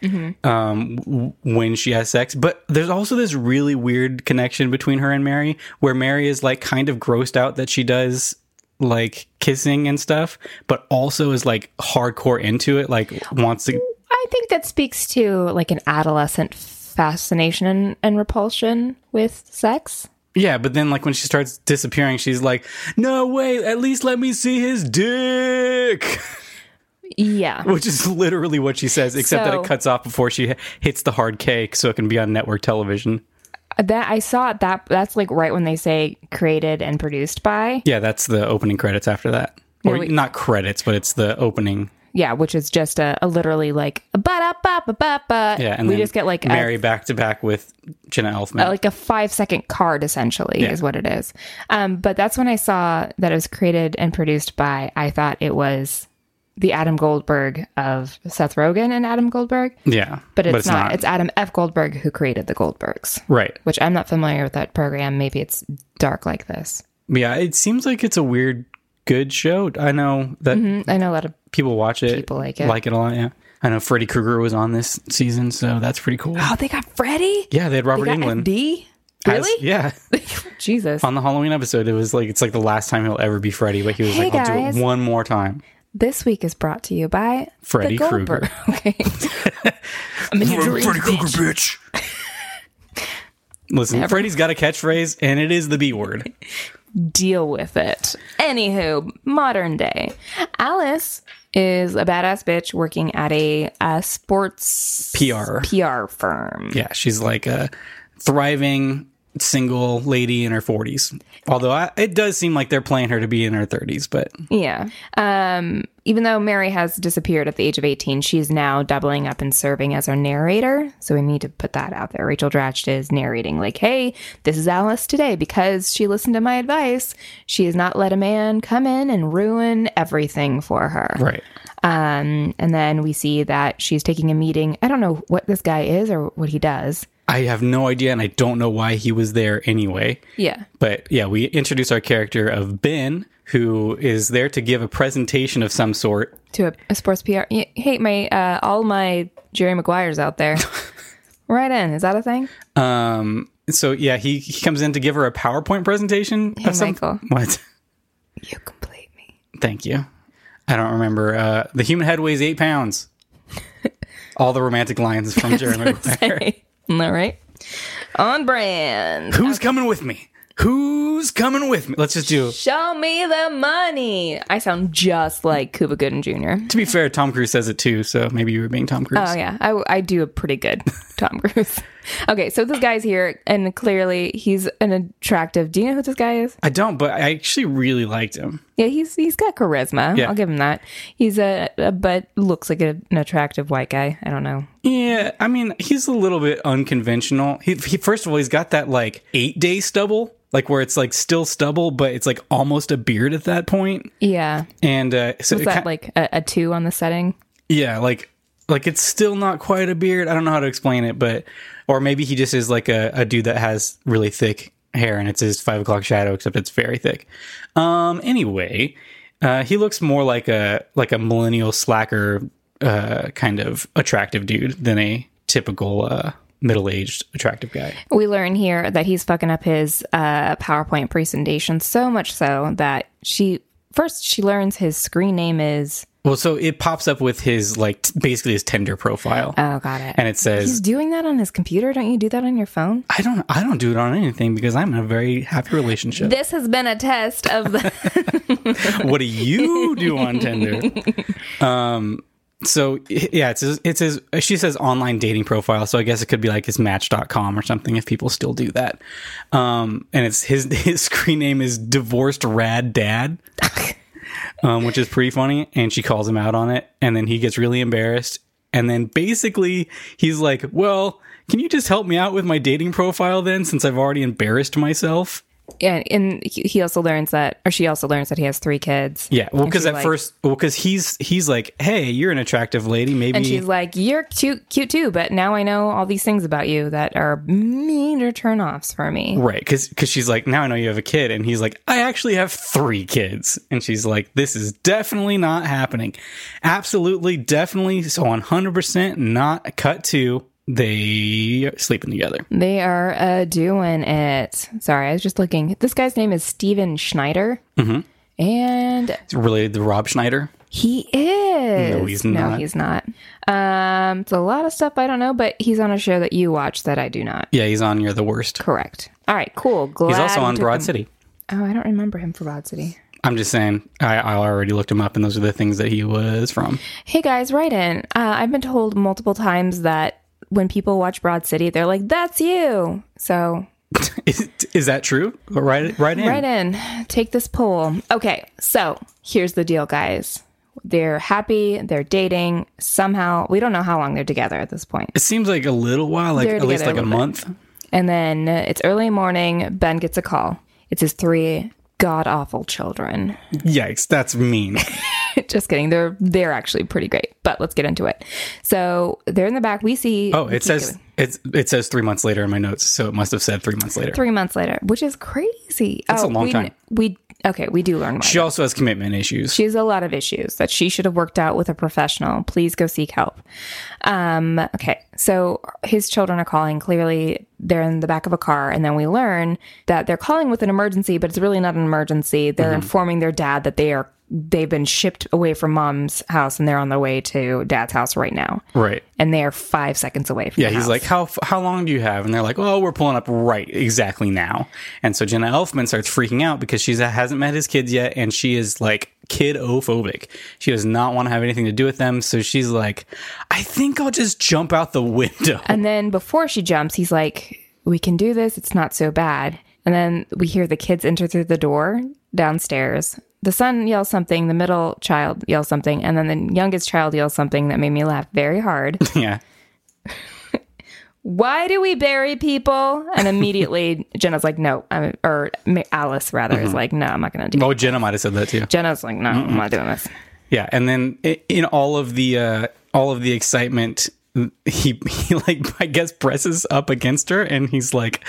[SPEAKER 2] um, w- when she has sex but there's also this really weird connection between her and mary where mary is like kind of grossed out that she does like kissing and stuff but also is like hardcore into it like wants to
[SPEAKER 1] I think that speaks to like an adolescent fascination and, and repulsion with sex.
[SPEAKER 2] yeah but then like when she starts disappearing she's like no way at least let me see his dick
[SPEAKER 1] Yeah.
[SPEAKER 2] which is literally what she says except that
[SPEAKER 1] So-
[SPEAKER 2] it cuts off before she h- hits the hard cake so it can be on network television
[SPEAKER 1] That I saw it that that's like right when they say created and produced by.
[SPEAKER 2] Yeah, that's the opening credits after that. Or
[SPEAKER 1] wait.
[SPEAKER 2] not credits, but it's the opening.
[SPEAKER 1] Yeah, which is just a, a literally like a ba da ba ba ba ba.
[SPEAKER 2] Yeah, and
[SPEAKER 1] we
[SPEAKER 2] then
[SPEAKER 1] just get like
[SPEAKER 2] Mary
[SPEAKER 1] a,
[SPEAKER 2] back to back with Jenna Elfman.
[SPEAKER 1] like a five second card essentially
[SPEAKER 2] Yeah.
[SPEAKER 1] is what it is. Um, but that's when I saw that it was created and produced by. I thought it was the Adam Goldberg of Seth Rogen and Adam Goldberg,
[SPEAKER 2] yeah,
[SPEAKER 1] but it's, not. It's Adam F. Goldberg who created the Goldbergs,
[SPEAKER 2] right.
[SPEAKER 1] which I'm not familiar with that program. Maybe it's dark like this.
[SPEAKER 2] Yeah, it seems like it's a weird good show. I know that
[SPEAKER 1] I know a lot of
[SPEAKER 2] people watch it,
[SPEAKER 1] Mm-hmm. People like it.
[SPEAKER 2] like it a lot. Yeah, I know Freddy Krueger was on this season, so that's pretty cool.
[SPEAKER 1] oh, they got Freddy.
[SPEAKER 2] Yeah, they had Robert
[SPEAKER 1] they got
[SPEAKER 2] England.
[SPEAKER 1] FD?
[SPEAKER 2] as-
[SPEAKER 1] Really?
[SPEAKER 2] yeah,
[SPEAKER 1] Jesus.
[SPEAKER 2] on the Halloween episode, it was like it's like the last time he'll ever be Freddy, but he was
[SPEAKER 1] Hey,
[SPEAKER 2] like, "I'll
[SPEAKER 1] guys.
[SPEAKER 2] do it one more time."
[SPEAKER 1] This week is brought to you by the
[SPEAKER 2] Freddy
[SPEAKER 1] Goldberg.
[SPEAKER 2] Krueger.
[SPEAKER 1] Okay. I'm in your dreams, bitch.
[SPEAKER 2] Listen, Freddy's got a catchphrase, and it is the B word.
[SPEAKER 1] Deal with it. Anywho, modern day. Alice is a badass bitch working at a, a sports
[SPEAKER 2] PR.
[SPEAKER 1] PR firm.
[SPEAKER 2] Yeah, she's like a thriving single lady in her 40s. Although I, it does seem like they're playing her to be in her 30s, but
[SPEAKER 1] Yeah. Um, Even though Mary has disappeared at the age of 18, she is now doubling up and serving as our narrator. So we need to put that out there. Rachel Dratch is narrating, like, hey, this is Alice today because she listened to my advice. She has not let a man come in and ruin everything for her.
[SPEAKER 2] Right.
[SPEAKER 1] Um, and then we see that she's taking a meeting. I don't know what this guy is or what he does.
[SPEAKER 2] I have no idea, and I don't know why he was there anyway.
[SPEAKER 1] Yeah.
[SPEAKER 2] But yeah, we introduce our character of Ben, who is there to give a presentation of some sort.
[SPEAKER 1] to a, a sports PR. y- Hey, my uh, all my Jerry Maguires out there. right in. Is that a thing?
[SPEAKER 2] Um, so yeah, he, he comes in to give her a PowerPoint presentation.
[SPEAKER 1] Hey,
[SPEAKER 2] of some-
[SPEAKER 1] Michael.
[SPEAKER 2] What?
[SPEAKER 1] You complete me.
[SPEAKER 2] Thank you. I don't remember. Uh, the human head weighs eight pounds. All the romantic lines from Jerry Maguire.
[SPEAKER 1] Isn't that right? On brand.
[SPEAKER 2] Who's coming with me? Who's coming with me? Let's just do.
[SPEAKER 1] Show me the money. I sound just like Cuba Gooden Jr.
[SPEAKER 2] To be fair, Tom Cruise says it too, so maybe you were being Tom Cruise.
[SPEAKER 1] Oh yeah, I, I do a pretty good Tom Cruise. okay, so this guy's here, and clearly he's an attractive. Do you know who this guy is?
[SPEAKER 2] I don't, but I actually really liked him.
[SPEAKER 1] Yeah, he's he's got charisma.
[SPEAKER 2] Yeah.
[SPEAKER 1] I'll give him that. He's a, a but looks like a, an attractive white guy. I don't know.
[SPEAKER 2] Yeah, I mean, he's a little bit unconventional. He, he first of all, he's got that like eight day stubble, like where it's like still stubble, but it's like almost a beard at that point.
[SPEAKER 1] Yeah.
[SPEAKER 2] And uh, so
[SPEAKER 1] Is
[SPEAKER 2] it
[SPEAKER 1] that
[SPEAKER 2] ki-
[SPEAKER 1] like a, a two on the setting?
[SPEAKER 2] yeah, like like it's still not quite a beard. I don't know how to explain it, but or maybe he just is like a, a dude that has really thick hair and it's his five o'clock shadow, except it's very thick. Um, anyway, uh, he looks more like a like a millennial slacker uh, kind of attractive dude than a typical uh, middle aged attractive guy.
[SPEAKER 1] We learn here that he's fucking up his uh, PowerPoint presentation so much so that she first she learns his screen name is
[SPEAKER 2] Well, so it pops up with his like t- basically his Tinder profile,
[SPEAKER 1] oh got it
[SPEAKER 2] and it
[SPEAKER 1] he's
[SPEAKER 2] says.
[SPEAKER 1] doing that on his computer. Don't you do that on your phone?
[SPEAKER 2] I don't. I don't do it on anything because I'm in a very happy relationship.
[SPEAKER 1] This has been a test of the
[SPEAKER 2] what do you do on Tinder? Um, so yeah, it's his, it's his, she says online dating profile. So I guess it could be like his match.com or something if people still do that. Um, and it's his, his screen name is divorced rad dad, um, which is pretty funny. And she calls him out on it. And then he gets really embarrassed. And then basically he's like, well, can you just help me out with my dating profile then since I've already embarrassed myself?
[SPEAKER 1] and, and he he also learns that or she also learns that he has three kids.
[SPEAKER 2] Yeah, well,
[SPEAKER 1] And
[SPEAKER 2] because
[SPEAKER 1] she's
[SPEAKER 2] at
[SPEAKER 1] like-
[SPEAKER 2] first, well, because he's he's like, hey, you're an attractive lady, maybe.
[SPEAKER 1] And she's like, "You're cute, cute too, but now I know all these things about you that are major turnoffs for me."
[SPEAKER 2] right, because she's like, now I know you have a kid, and he's like, I actually have three kids, and she's like, this is definitely not happening, absolutely, definitely, so one hundred percent not cut to they are sleeping together.
[SPEAKER 1] They are uh, doing it. Sorry, I was just looking. This guy's name is Steven Schneider.
[SPEAKER 2] Mm-hmm.
[SPEAKER 1] And
[SPEAKER 2] It's related to Rob Schneider.
[SPEAKER 1] he is.
[SPEAKER 2] No, he's
[SPEAKER 1] No,
[SPEAKER 2] not.
[SPEAKER 1] he's not. Um, it's a lot of stuff I don't know, but he's on a show that you watch that I do not.
[SPEAKER 2] Yeah, he's on You're the Worst.
[SPEAKER 1] Correct. All right, cool. Glad
[SPEAKER 2] He's also
[SPEAKER 1] we
[SPEAKER 2] on
[SPEAKER 1] took
[SPEAKER 2] Broad
[SPEAKER 1] him-
[SPEAKER 2] City.
[SPEAKER 1] Oh, I don't remember him for Broad City.
[SPEAKER 2] I'm just saying, I, I already looked him up, and those are the things that he was from.
[SPEAKER 1] Hey guys, write in. Uh, I've been told multiple times that when people watch Broad City, they're like, "That's you." So
[SPEAKER 2] is, is that true? Right, right in.
[SPEAKER 1] Right in. Take this poll. Okay, so here's the deal, guys. They're happy, they're dating. Somehow, we don't know how long they're together at this point.
[SPEAKER 2] It seems like a little while, like
[SPEAKER 1] They're
[SPEAKER 2] at least like
[SPEAKER 1] together
[SPEAKER 2] a
[SPEAKER 1] a little
[SPEAKER 2] month.
[SPEAKER 1] And then uh, it's early morning. Ben gets a call. It's his three god awful children.
[SPEAKER 2] Yikes, that's mean.
[SPEAKER 1] Just kidding. They're they're actually pretty great. But let's get into it. So they're in the back. We see.
[SPEAKER 2] Oh,
[SPEAKER 1] we
[SPEAKER 2] it
[SPEAKER 1] keep
[SPEAKER 2] says
[SPEAKER 1] going.
[SPEAKER 2] it's it says three months later in my notes, so it must have said three months later.
[SPEAKER 1] three months later, which is crazy.
[SPEAKER 2] That's a
[SPEAKER 1] oh,
[SPEAKER 2] long
[SPEAKER 1] we,
[SPEAKER 2] time.
[SPEAKER 1] We okay. We do learn. why.
[SPEAKER 2] She also has commitment issues.
[SPEAKER 1] She has a lot of issues that she should have worked out with a professional. Please go seek help. Um, okay, so his children are calling. Clearly, they're in the back of a car, and then we learn that they're calling with an emergency, but it's really not an emergency.
[SPEAKER 2] Mm-hmm.
[SPEAKER 1] They're informing their dad that they are they've been shipped away from mom's house and they're on their way to dad's house right now,
[SPEAKER 2] right.
[SPEAKER 1] and they are five seconds away from.
[SPEAKER 2] Yeah,
[SPEAKER 1] the
[SPEAKER 2] he's
[SPEAKER 1] house.
[SPEAKER 2] like, how f- how long do you have? And they're like, oh, we're pulling up right exactly now. And so Jenna Elfman starts freaking out because she hasn't met his kids yet, and she is like kid-ophobic. She does not want to have anything to do with them. So she's like, I think I'll just jump out the window.
[SPEAKER 1] And then before she jumps, he's like, We can do this. It's not so bad. And then we hear the kids enter through the door downstairs. the son yells something, the middle child yells something, and then the youngest child yells something that made me laugh very hard.
[SPEAKER 2] Yeah.
[SPEAKER 1] Why do we bury people? And immediately Jenna's like, no, I'm, or Ma- Alice rather
[SPEAKER 2] Mm-hmm.
[SPEAKER 1] is like, no, I'm not going to do it.
[SPEAKER 2] Oh, Jenna might have said that too.
[SPEAKER 1] Jenna's like, no, I'm not doing this.
[SPEAKER 2] Yeah, and then i- in all of the uh, all of the excitement, he he like I guess presses up against her, and he's like,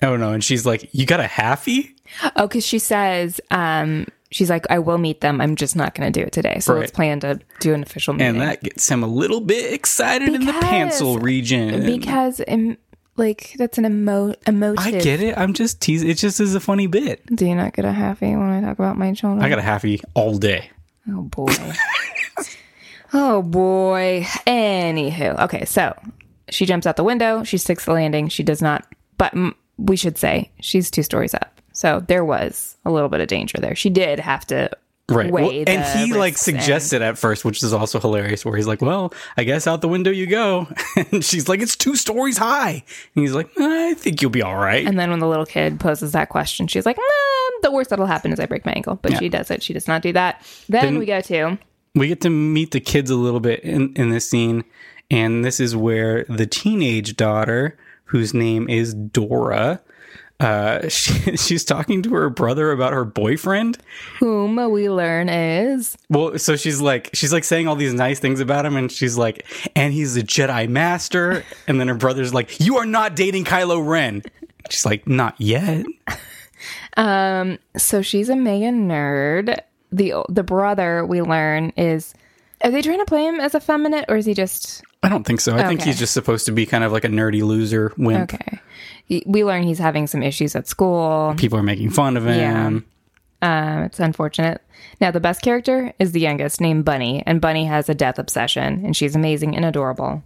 [SPEAKER 2] "Oh no!" And she's like, "You got a halfie?"
[SPEAKER 1] Oh, because she says, um, she's like, I will meet them. I'm just not going to do it today. So let's
[SPEAKER 2] Right.
[SPEAKER 1] plan to do an official meeting.
[SPEAKER 2] And that gets him a little bit excited in the
[SPEAKER 1] Because-
[SPEAKER 2] pantsel region.
[SPEAKER 1] because em- like that's an emo- emotive.
[SPEAKER 2] I get it. I'm just teasing. It just is a funny bit.
[SPEAKER 1] Do you not get a happy when I talk about my children?
[SPEAKER 2] I got a halfie all day.
[SPEAKER 1] Oh boy. oh boy. Anywho, okay, so she jumps out the window. She sticks the landing. She does not, but mm, we should say she's two stories up. So there was a little bit of danger there. She did have to
[SPEAKER 2] Right. Well,
[SPEAKER 1] weigh
[SPEAKER 2] and
[SPEAKER 1] the
[SPEAKER 2] he like
[SPEAKER 1] risks and-
[SPEAKER 2] suggested at first, which is also hilarious, where he's like, Well, I guess out the window you go. and she's like, It's two stories high. And he's like, I think you'll be all right.
[SPEAKER 1] And then when the little kid poses that question, she's like, "Nah, the worst that'll happen is I break my ankle. But she does it. She does not do that. Then, we go to
[SPEAKER 2] we get to meet the kids a little bit in, in this scene. And this is where the teenage daughter, whose name is Dora, uh, she, she's talking to her brother about her boyfriend.
[SPEAKER 1] whom we learn is
[SPEAKER 2] Well, so she's like, she's like saying all these nice things about him, and she's like, and he's a Jedi Master. And then her brother's like, you are not dating Kylo Ren. She's like, not yet.
[SPEAKER 1] so she's a mega nerd. The the brother we learn is are they trying to play him as effeminate or is he just
[SPEAKER 2] I don't think so. I think
[SPEAKER 1] Okay.
[SPEAKER 2] he's just supposed to be kind of like a nerdy loser when
[SPEAKER 1] okay? He- We learn he's having some issues at school.
[SPEAKER 2] people are making fun of him.
[SPEAKER 1] Yeah. Um, it's unfortunate. Now the best character is the youngest named Bunny, and Bunny has a death obsession, and she's amazing and adorable.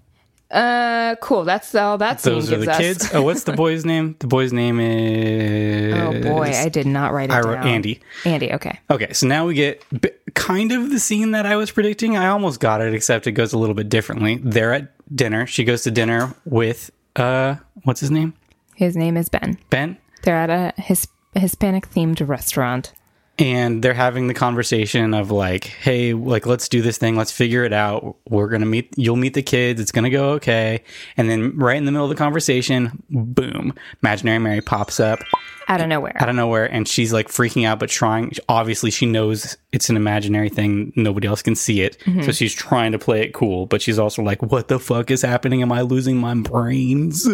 [SPEAKER 1] Uh, cool. That's all. That scene
[SPEAKER 2] Those are
[SPEAKER 1] gives
[SPEAKER 2] the
[SPEAKER 1] us.
[SPEAKER 2] kids. Oh, what's the boy's name? The boy's name is
[SPEAKER 1] Oh boy, I did not write it
[SPEAKER 2] I wrote
[SPEAKER 1] down.
[SPEAKER 2] Andy.
[SPEAKER 1] Andy. Okay.
[SPEAKER 2] Okay, so now we get b- kind of the scene that I was predicting. I almost got it, except it goes a little bit differently. They're at dinner. She goes to dinner with uh, what's his name?
[SPEAKER 1] His name is Ben.
[SPEAKER 2] Ben,
[SPEAKER 1] They're at a his, Hispanic themed restaurant.
[SPEAKER 2] and they're having the conversation of like, "Hey, like let's do this thing. Let's figure it out. We're gonna meet. You'll meet the kids. It's gonna go okay." And then right in the middle of the conversation, boom! Imaginary Mary pops up.
[SPEAKER 1] Out of nowhere.
[SPEAKER 2] out of nowhere and she's like freaking out but trying obviously she knows it's an imaginary thing nobody else can see it so she's trying to play it cool but she's also like what the fuck is happening am i losing my brains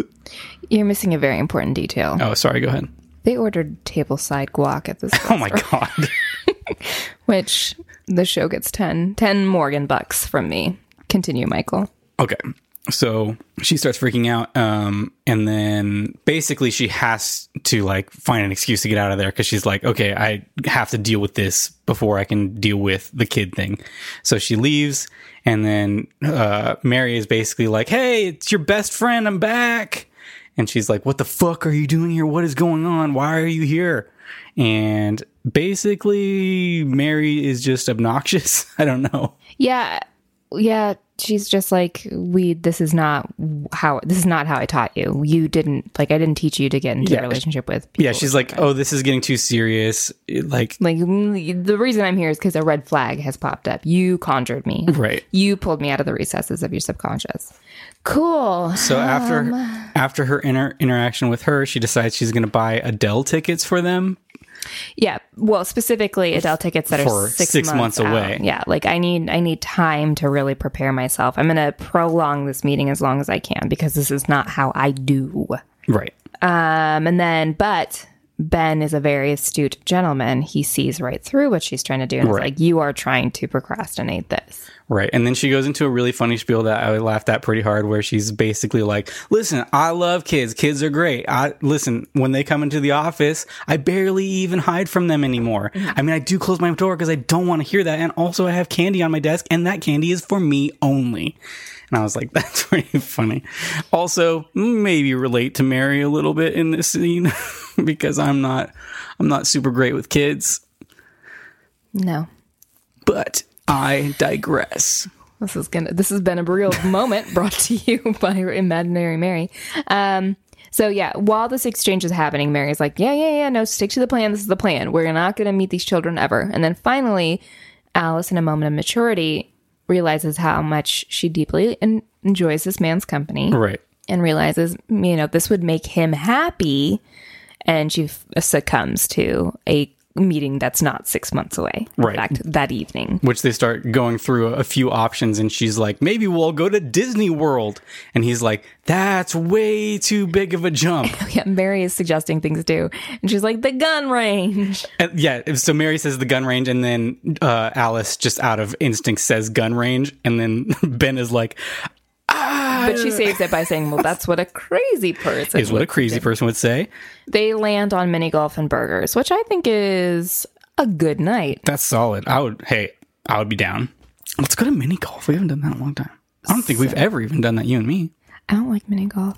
[SPEAKER 1] You're missing a very important detail.
[SPEAKER 2] oh sorry go ahead
[SPEAKER 1] They ordered tableside guac at this,
[SPEAKER 2] oh my god
[SPEAKER 1] which the show gets 10, 10 Morgan bucks from me. Continue, Michael.
[SPEAKER 2] okay so she starts freaking out um and then basically she has to like find an excuse to get out of there because she's like okay i have to deal with this before i can deal with the kid thing so she leaves and then uh mary is basically like hey it's your best friend i'm back and she's like what the fuck are you doing here what is going on why are you here and basically mary is just obnoxious i don't know
[SPEAKER 1] Yeah. Yeah. She's just like, we, this is not how, this is not how I taught you. You didn't, like, I didn't teach you to get into
[SPEAKER 2] Yeah.
[SPEAKER 1] a relationship with people.
[SPEAKER 2] yeah she's like oh this is getting too serious It, like
[SPEAKER 1] like, mm, the reason I'm here is because a red flag has popped up. You conjured me.
[SPEAKER 2] Right.
[SPEAKER 1] You pulled me out of the recesses of your subconscious. Cool.
[SPEAKER 2] So after after her inter- interaction with her, she decides she's going to buy Adele tickets for them.
[SPEAKER 1] Yeah. Well, specifically Adele tickets that
[SPEAKER 2] For
[SPEAKER 1] are six,
[SPEAKER 2] six months
[SPEAKER 1] out.
[SPEAKER 2] away.
[SPEAKER 1] Yeah. Like I need I need time to really prepare myself. I'm gonna prolong this meeting as long as I can because this is not how I do.
[SPEAKER 2] Right.
[SPEAKER 1] Um and then but Ben is a very astute gentleman. He sees right through what she's trying to do and is
[SPEAKER 2] Right.
[SPEAKER 1] like, You are trying to procrastinate this.
[SPEAKER 2] Right. And then she goes into a really funny spiel that I laughed at pretty hard where she's basically like, "Listen, I love kids. Kids are great. I listen, when they come into the office, I barely even hide from them anymore. I mean, I do close my door cuz I don't want to hear that and also I have candy on my desk and that candy is for me only." And I was like, "That's pretty funny." Also, maybe relate to Mary a little bit in this scene because I'm not I'm not super great with kids,
[SPEAKER 1] No.
[SPEAKER 2] but I digress.
[SPEAKER 1] This is gonna. This has been a real moment brought to you by Imaginary Mary. Um, So yeah, while this exchange is happening, Mary's like, "Yeah, yeah, yeah, no, stick to the plan. This is the plan. We're not going to meet these children ever." And then finally, Alice, in a moment of maturity, realizes how much she deeply en- enjoys this man's company,
[SPEAKER 2] Right.
[SPEAKER 1] and realizes, you know, this would make him happy, and she f- succumbs to a meeting that's not six months away.
[SPEAKER 2] Right.
[SPEAKER 1] In fact, that evening.
[SPEAKER 2] Which they start going through a few options, and she's like, maybe we'll go to Disney World. And he's like, that's way too big of a jump.
[SPEAKER 1] Yeah, Mary is suggesting things too. And she's like, the gun range.
[SPEAKER 2] And yeah. So Mary says the gun range, and then uh, Alice, just out of instinct, says gun range. And then Ben is like,
[SPEAKER 1] But she saves it by saying, well, that's what a crazy person
[SPEAKER 2] is what a crazy person would say.
[SPEAKER 1] They land on mini golf and burgers, which I think is a good night.
[SPEAKER 2] That's solid. I would, hey, I would be down. Let's go to mini golf. We haven't done that in a long time. I don't think we've ever even done that, you and me.
[SPEAKER 1] I don't like mini golf.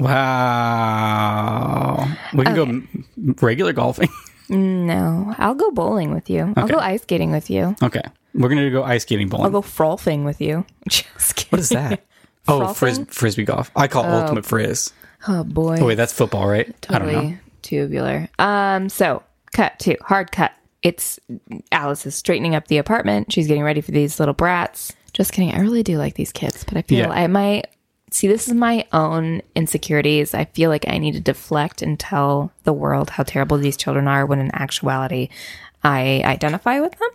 [SPEAKER 2] Wow. We can go m- regular golfing.
[SPEAKER 1] No, I'll go bowling with you. I'll go ice skating with you.
[SPEAKER 2] okay. We're going to go ice skating bowling.
[SPEAKER 1] I'll go frolfing with you. Just kidding.
[SPEAKER 2] what is that? oh, frizz-
[SPEAKER 1] Frothing?
[SPEAKER 2] frisbee golf. I call ultimate frizz.
[SPEAKER 1] Oh, boy.
[SPEAKER 2] Oh, wait, that's football, right? I don't know.
[SPEAKER 1] totally tubular. Um, so cut to hard cut. It's Alice is straightening up the apartment. She's getting ready for these little brats. Just kidding. I really do like these kids, but I feel
[SPEAKER 2] Yeah.
[SPEAKER 1] I might see this is my own insecurities. I feel like I need to deflect and tell the world how terrible these children are when in actuality I identify with them.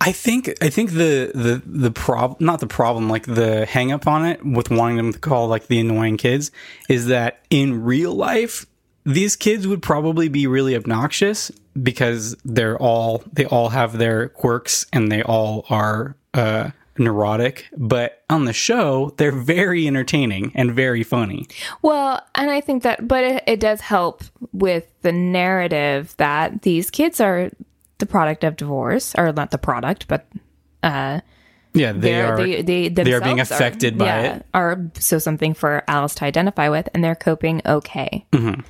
[SPEAKER 2] I think I think the the the problem not the problem like the hang up on it with wanting them to call like the annoying kids is that in real life these kids would probably be really obnoxious because they're all they all have their quirks and they all are uh neurotic but on the show they're very entertaining and very funny.
[SPEAKER 1] Well, and I think that, but it, it does help with the narrative that these kids are the product of divorce, or not the product, but
[SPEAKER 2] Yeah, they
[SPEAKER 1] they're,
[SPEAKER 2] are
[SPEAKER 1] they, they,
[SPEAKER 2] they are being
[SPEAKER 1] themselves
[SPEAKER 2] affected by
[SPEAKER 1] yeah,
[SPEAKER 2] it.
[SPEAKER 1] Are so something for Alice to identify with, and they're coping okay.
[SPEAKER 2] Mm-hmm.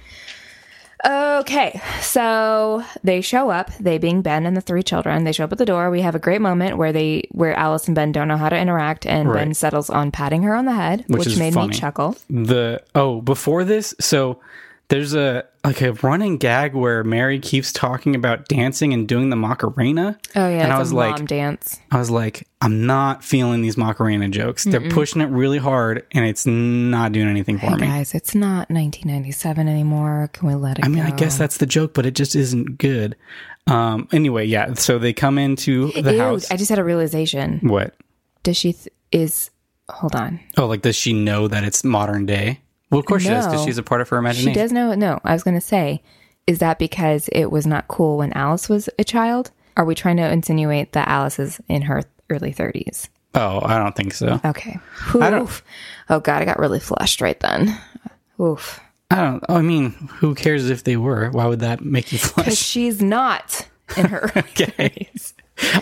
[SPEAKER 1] Okay, so they show up. They being Ben and the three children. They show up at the door. We have a great moment where they where Alice and Ben don't know how to interact, and Ben
[SPEAKER 2] Right.
[SPEAKER 1] settles on patting her on the head,
[SPEAKER 2] Which
[SPEAKER 1] which,
[SPEAKER 2] is
[SPEAKER 1] made
[SPEAKER 2] funny.
[SPEAKER 1] me chuckle.
[SPEAKER 2] the oh before this so there's a like a running gag where mary keeps talking about dancing and doing the macarena
[SPEAKER 1] Oh yeah,
[SPEAKER 2] and
[SPEAKER 1] it's
[SPEAKER 2] i was
[SPEAKER 1] a
[SPEAKER 2] like
[SPEAKER 1] mom dance.
[SPEAKER 2] i was like i'm not feeling these macarena jokes they're pushing it really hard and it's not doing anything for
[SPEAKER 1] Hey
[SPEAKER 2] me
[SPEAKER 1] guys, it's not 1997 anymore. Can we let it
[SPEAKER 2] i
[SPEAKER 1] go?
[SPEAKER 2] mean i guess that's the joke but it just isn't good um anyway yeah so they come into the
[SPEAKER 1] Ew,
[SPEAKER 2] house
[SPEAKER 1] I just had a realization.
[SPEAKER 2] what
[SPEAKER 1] Does she th- is hold on?
[SPEAKER 2] oh like does she know that it's modern day well of course she does because
[SPEAKER 1] No.
[SPEAKER 2] she's a part of her
[SPEAKER 1] She
[SPEAKER 2] imagination
[SPEAKER 1] does know. No, I was going to say, is that because it was not cool when Alice was a child? Are we trying to insinuate that Alice is in her early 30s?
[SPEAKER 2] oh i don't think so
[SPEAKER 1] Okay. Oof. Oh God, I got really flushed right then. Oof.
[SPEAKER 2] i don't i mean who cares if they were why would that make you
[SPEAKER 1] Because
[SPEAKER 2] flush
[SPEAKER 1] she's not in her.
[SPEAKER 2] Okay.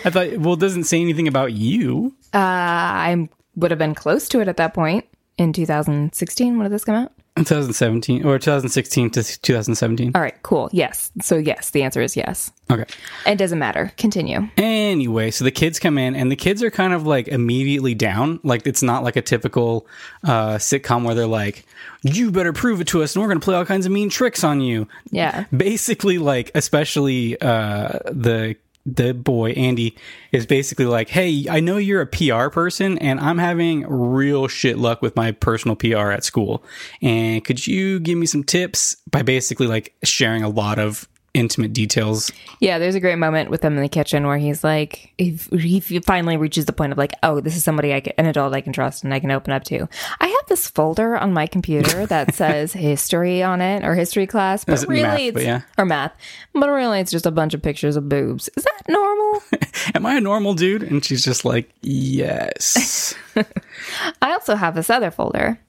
[SPEAKER 2] I thought, well, it doesn't say anything about you.
[SPEAKER 1] I would have been close to it at that point in 2016. When did this come out?
[SPEAKER 2] 2017 or 2016 to 2017.
[SPEAKER 1] All right. Cool. Yes. So yes, the answer is yes.
[SPEAKER 2] Okay.
[SPEAKER 1] It doesn't matter. Continue.
[SPEAKER 2] Anyway, so the kids come in and the kids are kind of like immediately down. Like it's not like a typical uh, sitcom where they're like, you better prove it to us and we're going to play all kinds of mean tricks on you.
[SPEAKER 1] Yeah.
[SPEAKER 2] Basically, like, especially uh, the. The boy Andy is basically like, "Hey, I know you're a PR person, and I'm having real shit luck with my personal PR at school. And could you give me some tips?" By basically like sharing a lot of intimate details
[SPEAKER 1] Yeah, there's a great moment with them in the kitchen where he's like, if he finally reaches the point of like, oh, this is somebody I can, an adult I can trust and I can open up to. I have this folder on my computer that says history on it or history class, but
[SPEAKER 2] Is it
[SPEAKER 1] really
[SPEAKER 2] math,
[SPEAKER 1] it's
[SPEAKER 2] but yeah.
[SPEAKER 1] or math, but really it's just a bunch of pictures of boobs. Is that normal?
[SPEAKER 2] am I a normal dude? And she's just like, yes.
[SPEAKER 1] I also have this other folder.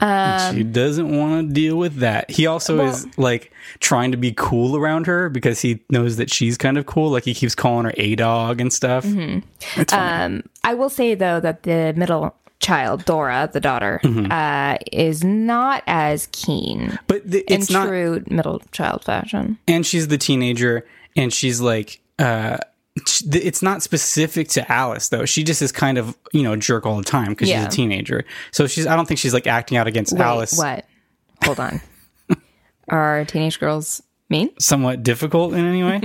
[SPEAKER 2] she doesn't want to deal with that. He also is like trying to be cool around her because he knows that she's kind of cool. Like he keeps calling her a dog and stuff.
[SPEAKER 1] Mm-hmm. I will say though that the middle child, Dora, the daughter,
[SPEAKER 2] Mm-hmm.
[SPEAKER 1] uh, is not as keen
[SPEAKER 2] But th-
[SPEAKER 1] in
[SPEAKER 2] it's not.
[SPEAKER 1] true middle child fashion.
[SPEAKER 2] And she's the teenager, and she's like, uh, sh- th- it's not specific to Alice though. She just is kind of you know a jerk all the time because
[SPEAKER 1] Yeah.
[SPEAKER 2] she's a teenager. So she's I don't think she's like acting out against
[SPEAKER 1] Wait,
[SPEAKER 2] Alice.
[SPEAKER 1] What? Hold on. Are teenage girls mean?
[SPEAKER 2] somewhat difficult in any way.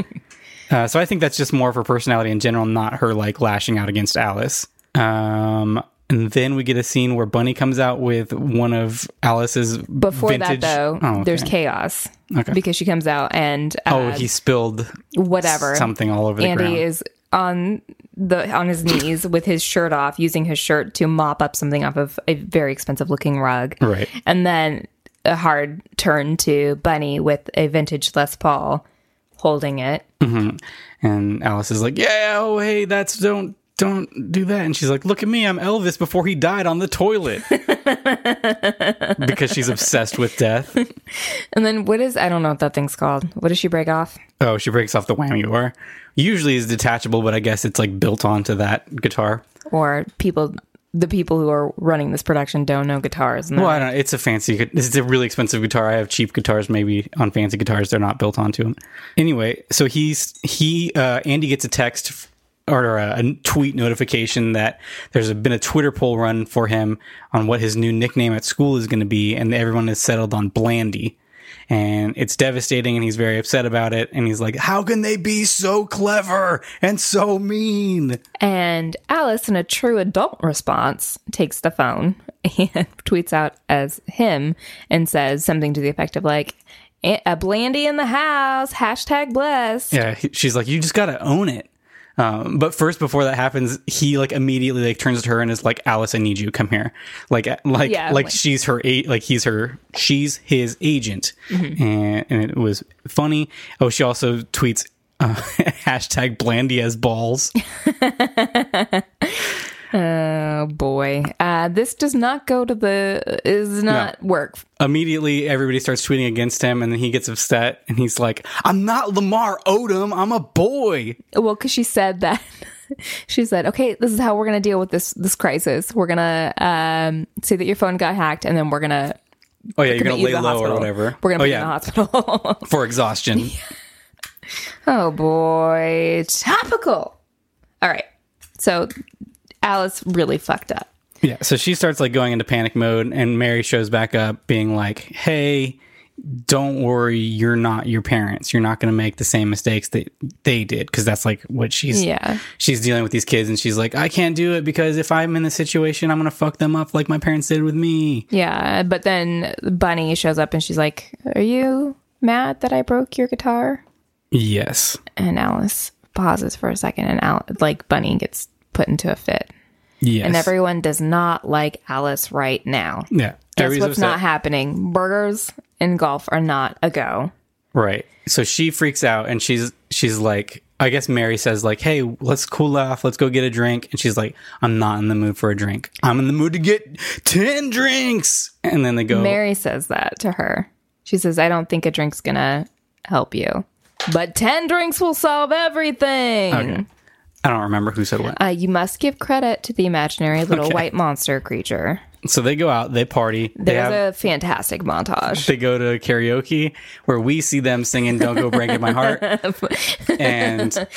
[SPEAKER 2] uh, so I think that's just more of her personality in general, not her like lashing out against Alice. Um, and then we get a scene where Bunny comes out with one of Alice's
[SPEAKER 1] Before
[SPEAKER 2] vintage-
[SPEAKER 1] that, though,
[SPEAKER 2] Oh, okay.
[SPEAKER 1] there's chaos because she comes out and uh,
[SPEAKER 2] Oh, he spilled
[SPEAKER 1] whatever
[SPEAKER 2] something all over the
[SPEAKER 1] Andy
[SPEAKER 2] ground.
[SPEAKER 1] is on the on his knees with his shirt off, using his shirt to mop up something off of a very expensive looking rug.
[SPEAKER 2] Right.
[SPEAKER 1] and then a hard turn to Bunny with a vintage Les Paul holding it.
[SPEAKER 2] and Alice is like, "Yeah, oh hey, that's don't." Don't do that. And she's like, Look at me. I'm Elvis before he died on the toilet. because she's obsessed with death.
[SPEAKER 1] And then what is I don't know what that thing's called. What does she break off?
[SPEAKER 2] Oh, she breaks off the whammy or usually is detachable, but I guess it's like built onto that guitar.
[SPEAKER 1] Or people the people who are running this production don't know guitars. And
[SPEAKER 2] Well, I don't know. It's a fancy, gu- it's a really expensive guitar. I have cheap guitars, maybe on fancy guitars, they're not built onto them. Anyway, so he's, he, uh, Andy gets a text f- or a, a tweet notification that there's been a Twitter poll run for him on what his new nickname at school is going to be, and everyone has settled on Blandy. And it's devastating, and he's very upset about it. And he's like, How can they be so clever and so mean?
[SPEAKER 1] And Alice, in a true adult response, takes the phone and tweets out as him and says something to the effect of like, "A a Blandy in the house, hashtag blessed.
[SPEAKER 2] Yeah, he- she's like, you just gotta own it. Um, but first, before that happens, he like immediately like turns to her and is like, "Alice, I need you. Come here." Like, like,
[SPEAKER 1] Yeah,
[SPEAKER 2] like
[SPEAKER 1] like-
[SPEAKER 2] she's her, a- like he's her, she's his agent,
[SPEAKER 1] Mm-hmm.
[SPEAKER 2] and, and it was funny. Oh, she also tweets uh, hashtag Blandy as balls.
[SPEAKER 1] Oh boy. Uh, this does not go to the, is not work.
[SPEAKER 2] immediately everybody starts tweeting against him and then he gets upset and he's like i'm not lamar odom i'm a boy
[SPEAKER 1] Well, because she said that. She said, "Okay, this is how we're gonna deal with this this crisis. We're gonna um, say that your phone got hacked, and then we're gonna
[SPEAKER 2] oh yeah you're
[SPEAKER 1] commit
[SPEAKER 2] gonna
[SPEAKER 1] you
[SPEAKER 2] lay
[SPEAKER 1] to the
[SPEAKER 2] low
[SPEAKER 1] hospital.
[SPEAKER 2] or whatever
[SPEAKER 1] We're gonna
[SPEAKER 2] oh
[SPEAKER 1] put
[SPEAKER 2] yeah
[SPEAKER 1] you in the hospital.
[SPEAKER 2] for exhaustion
[SPEAKER 1] Oh boy, topical. All right. So Alice really fucked up.
[SPEAKER 2] Yeah, so she starts like going into panic mode, and Mary shows back up, being like, "Hey, don't worry, you're not your parents. You're not going to make the same mistakes that they did, because that's like what she's
[SPEAKER 1] Yeah.
[SPEAKER 2] she's dealing with these kids, and she's like, I can't do it because if I'm in this situation, I'm going to fuck them up like my parents did with me.
[SPEAKER 1] Yeah, but then Bunny shows up and she's like, "Are you mad that I broke your guitar?"
[SPEAKER 2] Yes,
[SPEAKER 1] And Alice pauses for a second and Al- like Bunny gets put into a fit.
[SPEAKER 2] yes,
[SPEAKER 1] And everyone does not like Alice right now.
[SPEAKER 2] yeah,
[SPEAKER 1] Guess
[SPEAKER 2] everybody's
[SPEAKER 1] what's
[SPEAKER 2] upset.
[SPEAKER 1] not happening? Burgers and golf are not a go.
[SPEAKER 2] Right. So she freaks out and she's she's like I guess Mary says like, "Hey, let's cool off. Let's go get a drink." And she's like, "I'm not in the mood for a drink. I'm in the mood to get 10 drinks." And then they go
[SPEAKER 1] Mary says that to her. She says, I don't think a drink's gonna help you, but 10 drinks will solve everything.
[SPEAKER 2] I don't remember who said what.
[SPEAKER 1] Uh, you must give credit to the imaginary little
[SPEAKER 2] Okay.
[SPEAKER 1] white monster creature.
[SPEAKER 2] So they go out, they party. They
[SPEAKER 1] There's
[SPEAKER 2] have
[SPEAKER 1] a fantastic montage.
[SPEAKER 2] they go to karaoke where we see them singing "Don't Go Breaking My Heart," and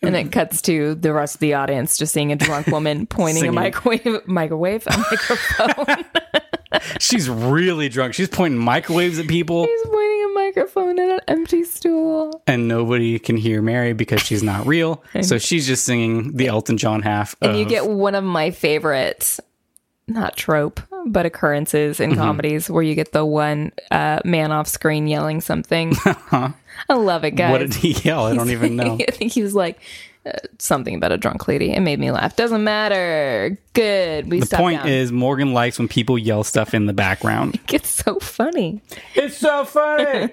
[SPEAKER 1] And it cuts to the rest of the audience just seeing a drunk woman pointing a
[SPEAKER 2] Singing.
[SPEAKER 1] microwave, microwave, a microphone.
[SPEAKER 2] she's really drunk. She's pointing microwaves at people,
[SPEAKER 1] She's pointing a microphone at an empty stool.
[SPEAKER 2] and nobody can hear Mary because she's not real. So she's just singing the Elton John half.
[SPEAKER 1] And you
[SPEAKER 2] of-
[SPEAKER 1] get one of my favorites, not trope, but occurrences
[SPEAKER 2] Mm-hmm.
[SPEAKER 1] in comedies where you get the one uh, man off screen yelling something. I love it, guys.
[SPEAKER 2] What did he yell? I don't even know.
[SPEAKER 1] I think he was like uh, something about a drunk lady. It made me laugh. Doesn't matter. Good. We
[SPEAKER 2] The
[SPEAKER 1] sat
[SPEAKER 2] point
[SPEAKER 1] down.
[SPEAKER 2] is, Morgan likes when people yell stuff in the background.
[SPEAKER 1] it's so funny.
[SPEAKER 2] it's so funny.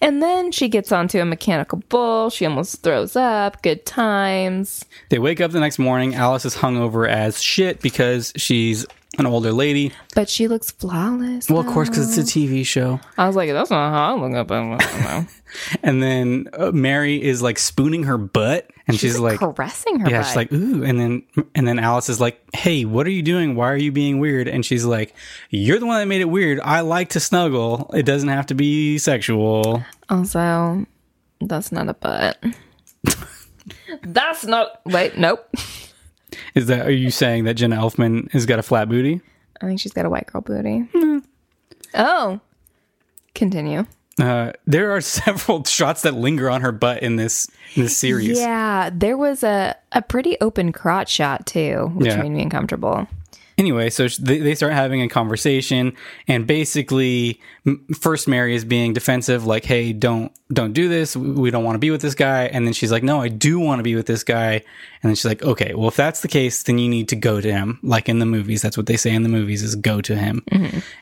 [SPEAKER 1] And then she gets onto a mechanical bull. She almost throws up. Good times.
[SPEAKER 2] they wake up the next morning. Alice is hungover as shit because she's an older lady.
[SPEAKER 1] But she looks flawless.
[SPEAKER 2] Well, of course, because
[SPEAKER 1] Oh.
[SPEAKER 2] it's a TV show.
[SPEAKER 1] I was like, that's not how I look up. I don't know.
[SPEAKER 2] And then uh, Mary is like spooning her butt, and she's, like,
[SPEAKER 1] caressing her.
[SPEAKER 2] yeah,
[SPEAKER 1] butt.
[SPEAKER 2] she's like, ooh. And then, and then Alice is like, hey, what are you doing? Why are you being weird? And she's like, you're the one that made it weird. I like to snuggle. It doesn't have to be sexual.
[SPEAKER 1] Also, that's not a butt. that's not. Wait, nope.
[SPEAKER 2] Is that? Are you saying that Jenna Elfman has got a flat booty?
[SPEAKER 1] Hmm. I think she's got a white girl booty. Oh, Continue.
[SPEAKER 2] Uh, there are several shots that linger on her butt in this in this series.
[SPEAKER 1] Yeah, there was a, a pretty open crotch shot too, which
[SPEAKER 2] Yeah.
[SPEAKER 1] made me uncomfortable.
[SPEAKER 2] Anyway, so sh- they they start having a conversation, and basically, m- first Mary is being defensive, like, "Hey, don't don't do this. We we don't want to be with this guy." And then she's like, "No, I do want to be with this guy." And then she's like, "Okay, well, if that's the case, then you need to go to him." Like in the movies, that's what they say in the movies is go to him.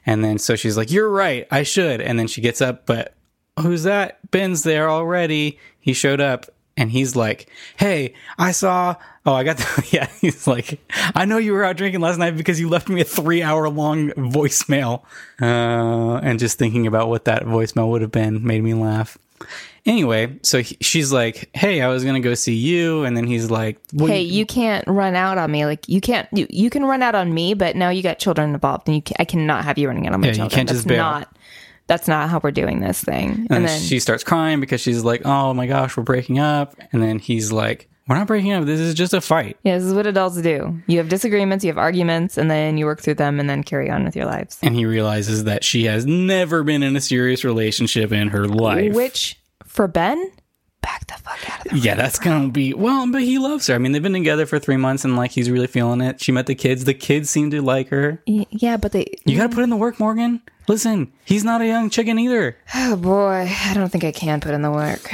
[SPEAKER 2] And then so she's like, "You're right. I should." And then she gets up, but who's that? Ben's there already. He showed up and he's like, Hey, I saw. Oh, I got the. Yeah, he's like, I know you were out drinking last night because you left me a three hour long voicemail. Uh, and just thinking about what that voicemail would have been made me laugh. Anyway, so he, she's like, Hey, I was going to go see you. And then he's like, well,
[SPEAKER 1] hey, you can't run out on me. Like you can't you, you can run out on me, but now you got children involved, and you ca I cannot have you running out on my
[SPEAKER 2] Yeah, you
[SPEAKER 1] children.
[SPEAKER 2] can't
[SPEAKER 1] that's
[SPEAKER 2] just bail.
[SPEAKER 1] not that's not how we're doing this thing.
[SPEAKER 2] And, then she starts crying because she's like, Oh my gosh, we're breaking up. And then he's like, We're not breaking up. This is just a fight.
[SPEAKER 1] yeah, this is what adults do. You have disagreements, you have arguments, and then you work through them, and then carry on with your lives.
[SPEAKER 2] and he realizes that she has never been in a serious relationship in her life.
[SPEAKER 1] Which for Ben, back the fuck out of there.
[SPEAKER 2] yeah, that's gonna be well, but he loves her. I mean, they've been together for three months, and like he's really feeling it. She met the kids; the kids seem to like her.
[SPEAKER 1] Yeah, but they.
[SPEAKER 2] You gotta put in the work, Morgan. Listen, he's not a young chicken either.
[SPEAKER 1] Oh boy, I don't think I can put in the work.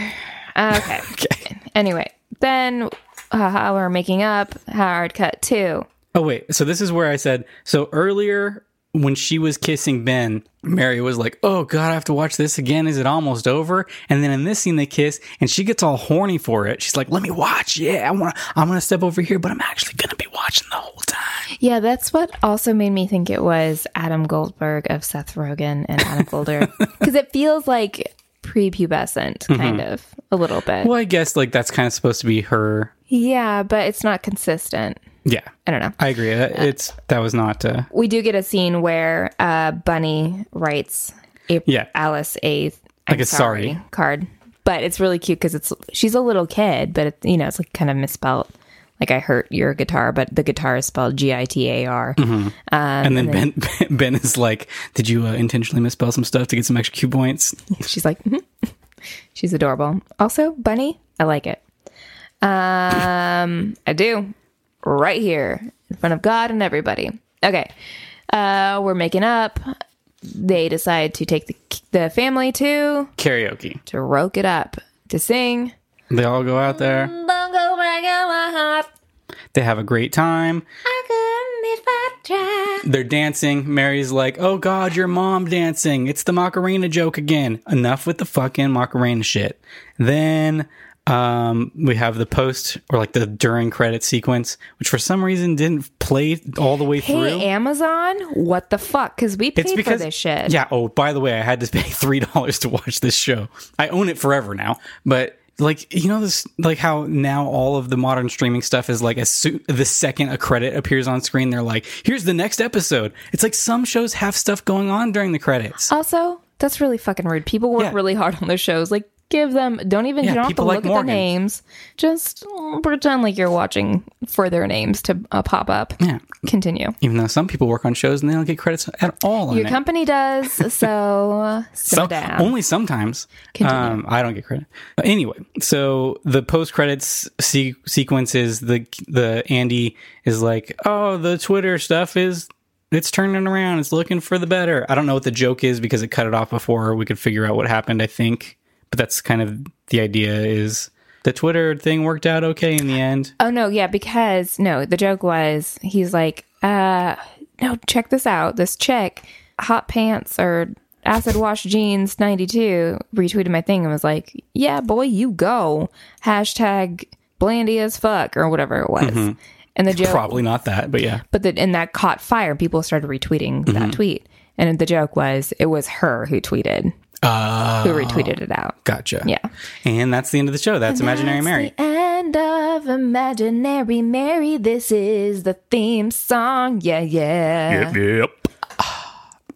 [SPEAKER 1] Uh, Okay. okay. Anyway, then haha, we're making up. Hard cut too.
[SPEAKER 2] Oh wait, so this is where I said so earlier when she was kissing Ben, Mary was like, "Oh God, I have to watch this again. Is it almost over?" And then in this scene, they kiss, and she gets all horny for it. She's like, "Let me watch. Yeah, I want. to I'm gonna step over here, but I'm actually gonna be watching the whole time."
[SPEAKER 1] Yeah, that's what also made me think it was Adam Goldberg of Seth Rogen and Adam Goldberg because it feels like prepubescent, kind of a little bit.
[SPEAKER 2] Mm-hmm. Well, I guess like that's kind of supposed to be her.
[SPEAKER 1] Yeah, but it's not consistent.
[SPEAKER 2] Yeah,
[SPEAKER 1] I don't know.
[SPEAKER 2] I agree. That, it's that was not. Uh,
[SPEAKER 1] we do get a scene where uh, Bunny writes April,
[SPEAKER 2] Yeah.
[SPEAKER 1] Alice a I'm
[SPEAKER 2] Like a sorry.
[SPEAKER 1] card, but it's really cute because it's she's a little kid, but it, you know it's like kind of misspelled. Like I hurt your guitar, but the guitar is spelled G I T A R.
[SPEAKER 2] and then ben, ben Ben is like, "Did you uh, intentionally misspell some stuff to get some extra cue points?"
[SPEAKER 1] She's like, "Mhm." she's adorable. Also, Bunny, I like it. Um, I do. Right here in front of God and everybody. Okay, uh, we're making up. They decide to take the the family to
[SPEAKER 2] Karaoke.
[SPEAKER 1] to roke it up to sing.
[SPEAKER 2] They all go out there.
[SPEAKER 1] Bongo Bongo, my heart.
[SPEAKER 2] They have a great time.
[SPEAKER 1] I couldn't if I tried.
[SPEAKER 2] They're dancing. Mary's like, "Oh God, your mom dancing. It's the Macarena joke again. Enough with the fucking Macarena shit." Then um, we have the post or like the during credit sequence, which for some reason didn't play all the way through.
[SPEAKER 1] Hey Amazon, what the fuck? Because we paid
[SPEAKER 2] It's because
[SPEAKER 1] for this shit.
[SPEAKER 2] Yeah. Oh, by the way, I had to pay three dollars to watch this show. I own it forever now. But like, you know, this like how now all of the modern streaming stuff is like as soon the second a credit appears on screen, they're like, "Here's the next episode." It's like some shows have stuff going on during the credits.
[SPEAKER 1] Also, that's really fucking rude. People work
[SPEAKER 2] Yeah.
[SPEAKER 1] really hard on their shows. Like, give them. Don't even.
[SPEAKER 2] Yeah,
[SPEAKER 1] you don't have to
[SPEAKER 2] people
[SPEAKER 1] look
[SPEAKER 2] like
[SPEAKER 1] at the
[SPEAKER 2] Morgan.
[SPEAKER 1] names. Just mm, pretend like you're watching for their names to uh, pop up.
[SPEAKER 2] Yeah.
[SPEAKER 1] Continue.
[SPEAKER 2] Even though some people work on shows and they don't get credits at all. on
[SPEAKER 1] Your
[SPEAKER 2] it.
[SPEAKER 1] company does so. Sit
[SPEAKER 2] Some-
[SPEAKER 1] down.
[SPEAKER 2] only sometimes. Um, I don't get credit. But anyway, so the post credits se- sequence is the the Andy is like, oh, the Twitter stuff is it's turning around. It's looking for the better. I don't know what the joke is because it cut it off before we could figure out what happened. I think, but that's kind of the idea is the Twitter thing worked out okay in the end.
[SPEAKER 1] Oh no, yeah, because no, the joke was he's like, uh, no, check this out. This chick, hot pants or acid wash jeans ninety two, retweeted my thing and was like, Yeah, boy, you go. Hashtag blandy as fuck or whatever it was. And the joke
[SPEAKER 2] Probably not that, but yeah.
[SPEAKER 1] but the, and that caught fire. People started retweeting that tweet. And the joke was it was her who tweeted. who retweeted it out.
[SPEAKER 2] Uh, Gotcha.
[SPEAKER 1] Yeah.
[SPEAKER 2] And that's the end of the show. That's Imaginary Mary.
[SPEAKER 1] That's the end of Imaginary Mary. This is the theme song. Yeah, yeah.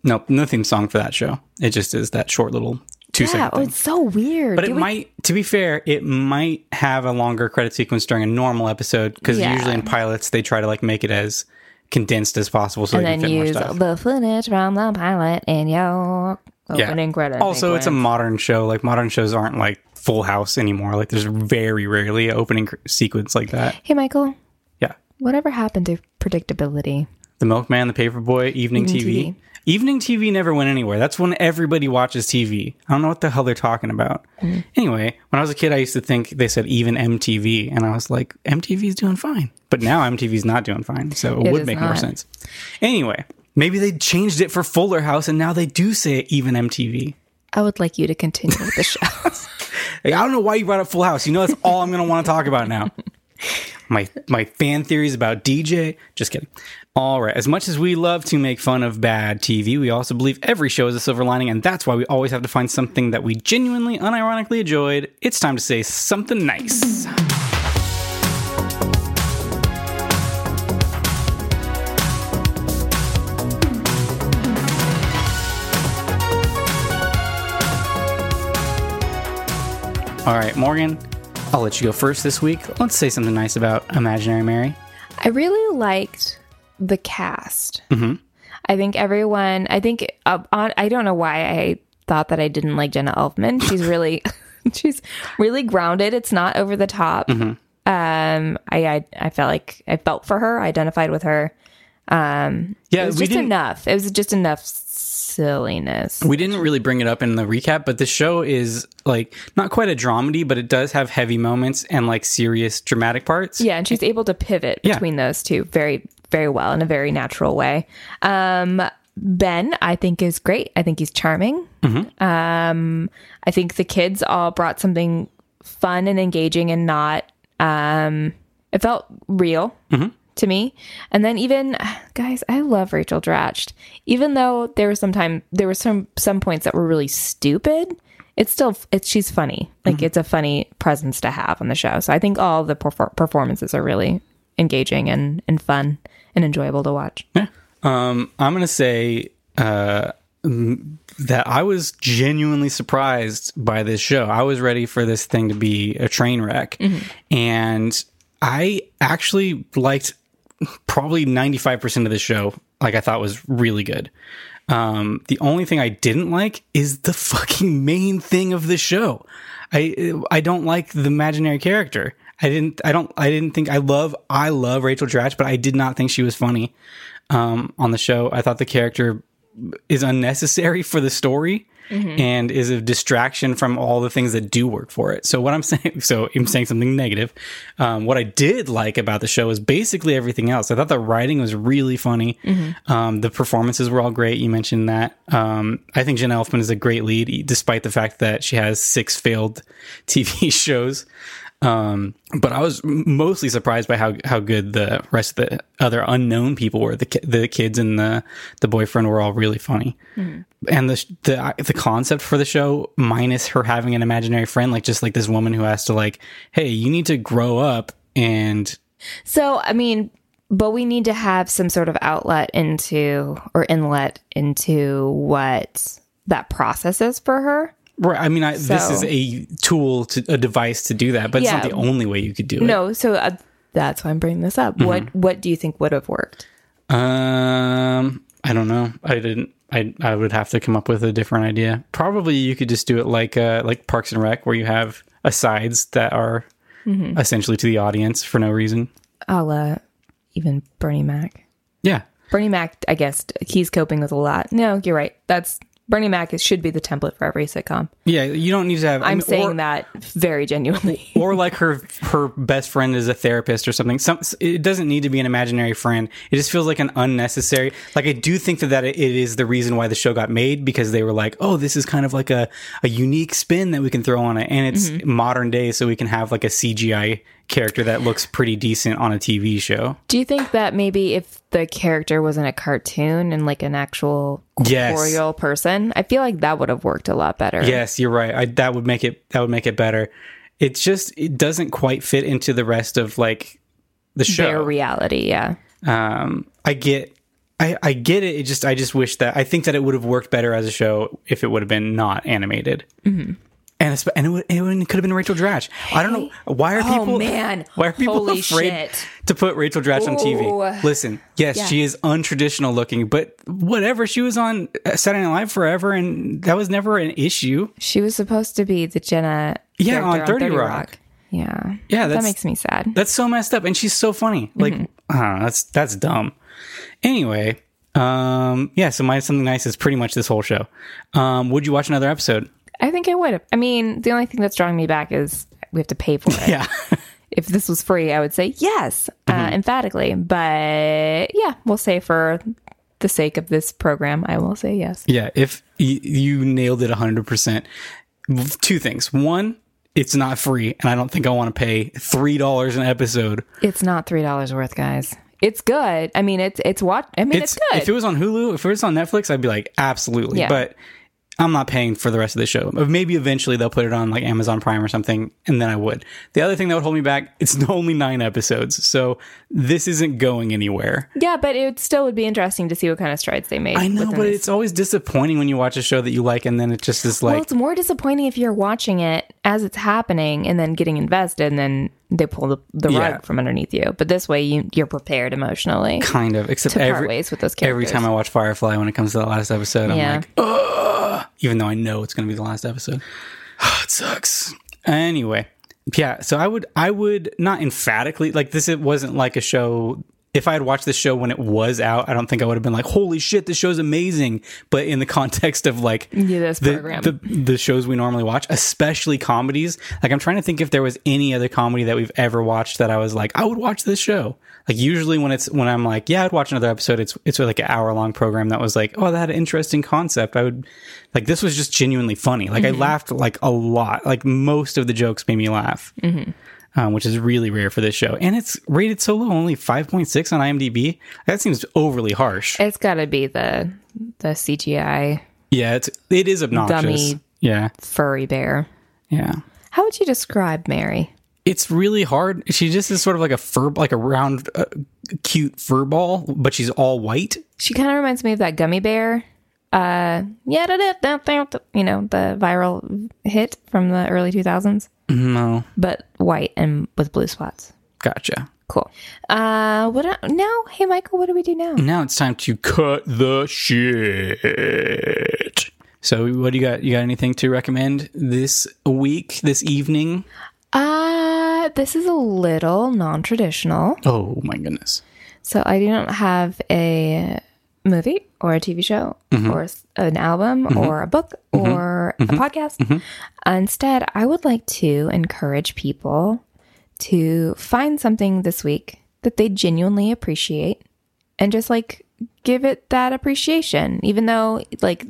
[SPEAKER 2] Nope, no theme song for that show. It just is that short little two
[SPEAKER 1] yeah.
[SPEAKER 2] second
[SPEAKER 1] Oh,
[SPEAKER 2] thing.
[SPEAKER 1] it's so weird.
[SPEAKER 2] But it
[SPEAKER 1] Do we-
[SPEAKER 2] might, to be fair, it might have a longer credit sequence during a normal episode because
[SPEAKER 1] Yeah.
[SPEAKER 2] usually in pilots they try to like make it as condensed as possible so
[SPEAKER 1] and
[SPEAKER 2] they can
[SPEAKER 1] then
[SPEAKER 2] fit more
[SPEAKER 1] use
[SPEAKER 2] stuff.
[SPEAKER 1] the footage from the pilot in your Opening credits.
[SPEAKER 2] Also, it's a modern show. Like modern shows aren't like Full House anymore. Like there's very rarely an opening cr- sequence like that.
[SPEAKER 1] Hey, Michael,
[SPEAKER 2] Yeah,
[SPEAKER 1] whatever happened to predictability?
[SPEAKER 2] The Milkman, The Paperboy, Evening TV.
[SPEAKER 1] TV.
[SPEAKER 2] Evening TV never went anywhere. That's when everybody watches TV. I don't know what the hell they're talking about. Anyway, when I was a kid, I used to think they said E even MTV, and I was like, MTV's doing fine. But now MTV's not doing fine, so it,
[SPEAKER 1] It
[SPEAKER 2] would
[SPEAKER 1] is
[SPEAKER 2] make more
[SPEAKER 1] not.
[SPEAKER 2] sense. Anyway, maybe they changed it for Fuller House, and now they do say E even MTV.
[SPEAKER 1] I would like you to continue with the show.
[SPEAKER 2] Like, I don't know why you brought up Full House. You know that's all I'm going to want to talk about now. My my fan theories about DJ. Just kidding. All right. As much as we love to make fun of bad TV, we also believe every show is a silver lining, and that's why we always have to find something that we genuinely, unironically enjoyed. It's time to say something nice. All right, Morgan. I'll let you go first this week. Let's say something nice about Imaginary Mary.
[SPEAKER 1] I really liked the cast.
[SPEAKER 2] Mm-hmm.
[SPEAKER 1] I think everyone. I think uh, on, I don't know why I thought that I didn't like Jenna Elfman. She's really, she's really grounded. It's not over the top.
[SPEAKER 2] Mm-hmm.
[SPEAKER 1] Um, I, I I felt like I felt for her. I identified with her.
[SPEAKER 2] Yeah,
[SPEAKER 1] It was
[SPEAKER 2] we
[SPEAKER 1] just
[SPEAKER 2] didn't.
[SPEAKER 1] enough. It was just enough silliness.
[SPEAKER 2] We didn't really bring it up in the recap, but the show is like not quite a dramedy, but it does have heavy moments and like serious dramatic parts.
[SPEAKER 1] Yeah, and she's able to pivot
[SPEAKER 2] Yeah.
[SPEAKER 1] between those two very, very well in a very natural way. Um, ben, I think, is great. I think he's charming. Um, I think the kids all brought something fun and engaging and not. Um, it felt real to me. And then even guys, I love Rachel Dratch. Even though there was some time, there were some some points that were really stupid. It's still it's she's funny. Like it's a funny presence to have on the show. So I think all the perfor- performances are really engaging and and fun and enjoyable to watch.
[SPEAKER 2] Um, I'm gonna say uh, m- that I was genuinely surprised by this show. I was ready for this thing to be a train wreck, and I actually liked probably 95% of the show. Like I thought was really good. Um, the only thing I didn't like is the fucking main thing of the show. I I don't like the imaginary character. I didn't. I don't. I didn't think. I love. I love Rachel Dratch, but I did not think she was funny um, on the show. I thought the character is unnecessary for the story and is a distraction from all the things that do work for it. So what I'm saying, so I'm saying something negative. Um, what I did like about the show is basically everything else. I thought the writing was really funny. Um, the performances were all great. You mentioned that. Um, I think Jenna Elfman is a great lead, despite the fact that she has six failed TV shows. Um, but I was mostly surprised by how how good the rest of the other unknown people were. The ki- the kids and the the boyfriend were all really funny,
[SPEAKER 1] Mm-hmm.
[SPEAKER 2] and the sh- the the concept for the show, minus her having an imaginary friend, like just like this woman who has to like, hey, you need to grow up and
[SPEAKER 1] So, I mean, but we need to have some sort of outlet into or inlet into what that process is for her.
[SPEAKER 2] right. I mean, I, this is
[SPEAKER 1] So-
[SPEAKER 2] a tool to a device to do that, but it's
[SPEAKER 1] Yeah.
[SPEAKER 2] not the only way you could do it.
[SPEAKER 1] No, so uh, that's why I'm bringing this up. What what do you think would have worked?
[SPEAKER 2] Um, I don't know. I didn't. I I would have to come up with a different idea. Probably you could just do it like uh like Parks and Rec, where you have asides that are
[SPEAKER 1] Mm-hmm.
[SPEAKER 2] essentially to the audience for no reason.
[SPEAKER 1] a la even Bernie Mac.
[SPEAKER 2] Yeah,
[SPEAKER 1] Bernie Mac, I guess he's coping with a lot. No, you're right. That's Bernie Mac. It should be the template for every sitcom.
[SPEAKER 2] yeah. You don't need to have. I
[SPEAKER 1] I'm
[SPEAKER 2] mean,
[SPEAKER 1] saying
[SPEAKER 2] or-
[SPEAKER 1] that very genuinely.
[SPEAKER 2] or like her her best friend is a therapist or something. Some it doesn't need to be an imaginary friend. It just feels like an unnecessary. Like I do think that that it is the reason why the show got made because they were like, oh, this is kind of like a a unique spin that we can throw on it, and it's modern day, so we can have like a CGI character that looks pretty decent on a TV show.
[SPEAKER 1] Do you think that maybe if the character wasn't a cartoon and like an actual
[SPEAKER 2] Yes.
[SPEAKER 1] corporeal person, I feel like that would have worked a lot better.
[SPEAKER 2] Yes, you're right. I, that would make it that would make it better. It's just it doesn't quite fit into the rest of like the show.
[SPEAKER 1] Their reality, yeah.
[SPEAKER 2] um i get I, I get it. It just
[SPEAKER 1] Mm-hmm.
[SPEAKER 2] I just wish that I think that it would have worked better as a show if it would have been not animated. and it's, and it, would- it would- it could have been Rachel Dratch. I don't know why are
[SPEAKER 1] Oh,
[SPEAKER 2] people
[SPEAKER 1] man.
[SPEAKER 2] why are people
[SPEAKER 1] Holy
[SPEAKER 2] afraid
[SPEAKER 1] shit.
[SPEAKER 2] to put Rachel Dratch on TV?
[SPEAKER 1] Ooh.
[SPEAKER 2] Listen, yes,
[SPEAKER 1] Yeah.
[SPEAKER 2] she is untraditional looking, but whatever. She was on uh, Saturday Night Live forever, and that was never an issue.
[SPEAKER 1] She was supposed to be the Jenna.
[SPEAKER 2] Yeah,
[SPEAKER 1] character
[SPEAKER 2] on 30 Rock.
[SPEAKER 1] Yeah.
[SPEAKER 2] Yeah, that's-
[SPEAKER 1] that makes me sad.
[SPEAKER 2] That's so messed up, and she's so funny. Like, I don't know, that's that's dumb. Anyway, um, yeah. So my something nice is pretty much this whole show. Um, would you watch another episode?
[SPEAKER 1] I think I would have. I mean, the only thing that's drawing me back is we have to pay for it.
[SPEAKER 2] Yeah.
[SPEAKER 1] If this was free, I would say yes,
[SPEAKER 2] Mm-hmm.
[SPEAKER 1] uh, emphatically. But yeah, we'll say for the sake of this program, I will say yes.
[SPEAKER 2] Yeah, if y- you nailed it 100%. Two things. One, it's not free, and I don't think I want to pay $3 an episode.
[SPEAKER 1] It's not three dollars worth, guys. It's good. I mean, it's it's what I mean. It's, good.
[SPEAKER 2] If it was on Hulu, if it was on Netflix, I'd be like, absolutely.
[SPEAKER 1] Yeah.
[SPEAKER 2] But I'm not paying for the rest of the show. Maybe eventually they'll put it on like Amazon Prime or something, and then I would. The other thing that would hold me back, it's only nine episodes. So this isn't going anywhere.
[SPEAKER 1] yeah, but it still would be interesting to see what kind of strides they made.
[SPEAKER 2] I know,
[SPEAKER 1] within
[SPEAKER 2] but
[SPEAKER 1] this.
[SPEAKER 2] it's always disappointing when you watch a show that you like, and then it just is like,
[SPEAKER 1] well, it's more disappointing if you're watching it as it's happening and then getting invested, and then they pull the, the
[SPEAKER 2] Yeah.
[SPEAKER 1] rug from underneath you. But this way, you you're prepared emotionally.
[SPEAKER 2] kind of except
[SPEAKER 1] to part
[SPEAKER 2] every
[SPEAKER 1] ways with those
[SPEAKER 2] every
[SPEAKER 1] characters.
[SPEAKER 2] time i watch firefly when it comes to the last episode i'm
[SPEAKER 1] Yeah.
[SPEAKER 2] like Ugh! even though i know it's going to be the last episode it sucks anyway yeah so i would i would not emphatically like this it wasn't like a show if i had watched this show when it was out i don't think i would have been like holy shit this show's amazing but in the context of like
[SPEAKER 1] this
[SPEAKER 2] the,
[SPEAKER 1] program.
[SPEAKER 2] the the shows we normally watch especially comedies like i'm trying to think if there was any other comedy that we've ever watched that i was like i would watch this show like usually when it's when i'm like yeah i'd watch another episode it's it's like an hour long program that was like oh that had an interesting concept i would like this was just genuinely funny like i laughed like a lot like most of the jokes made me laugh um, which is really rare for this show and it's rated so low only 5.6 on imdb that seems overly harsh
[SPEAKER 1] It's got to be the the CGI
[SPEAKER 2] yeah it's it is obnoxious
[SPEAKER 1] Dummy.
[SPEAKER 2] yeah
[SPEAKER 1] furry bear.
[SPEAKER 2] yeah
[SPEAKER 1] How would you describe Mary?
[SPEAKER 2] it's really hard. She just is sort of like a fur, like a round, uh, cute fur ball, but she's all white.
[SPEAKER 1] She kind of reminds me of that gummy bear. Uh, yeah, da, da, da, da, da, you know the viral hit from the early two thousands. No, but white and with blue spots.
[SPEAKER 2] Gotcha.
[SPEAKER 1] Cool. Uh, what el- now? Hey, Michael, what do we do now?
[SPEAKER 2] Now it's time to cut the shit. So, what do you got? You got anything to recommend this week, this evening?
[SPEAKER 1] Uh, this is a little non traditional.
[SPEAKER 2] Oh my goodness!
[SPEAKER 1] So I do not have a movie or a TV show or s- an album or a book or a podcast. Instead, I would like to encourage people to find something this week that they genuinely appreciate and just like give it that appreciation, even though like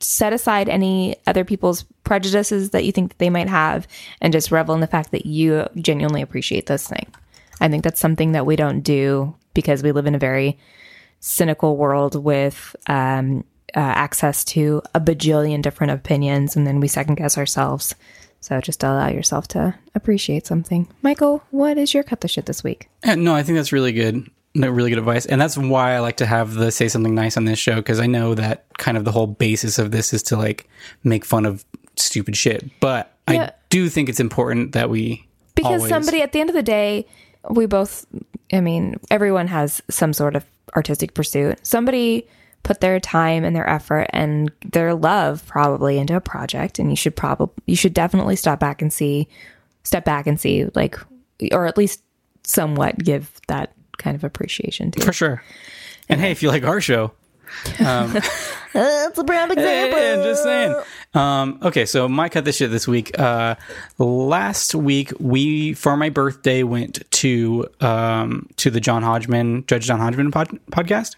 [SPEAKER 1] set aside any other people's prejudices that you think that they might have and just revel in the fact that you genuinely appreciate this thing. I think that's something that we don't do because we live in a very cynical world with um, uh, access to a bajillion different opinions, and then we second guess ourselves. So just allow yourself to appreciate something. Michael, what is your cut the shit this week?
[SPEAKER 2] Yeah, Uh, no, I think that's really good. No, really good advice, and that's why I like to have the say something nice on this show because I know that kind of the whole basis of this is to like make fun of stupid shit. But I
[SPEAKER 1] Yeah.
[SPEAKER 2] do think it's important that we
[SPEAKER 1] because
[SPEAKER 2] always-
[SPEAKER 1] somebody at the end of the day we both i mean everyone has some sort of artistic pursuit somebody put their time and their effort and their love probably into a project and you should probably you should definitely stop back and see step back and see like or at least somewhat give that kind of appreciation to
[SPEAKER 2] For sure. And hey, if you like our show,
[SPEAKER 1] that's a brown example
[SPEAKER 2] I'm just saying. Um, okay, so my cut this shit this week. Uh, last week we for my birthday went to um, to the John Hodgman Judge John Hodgman pod- podcast,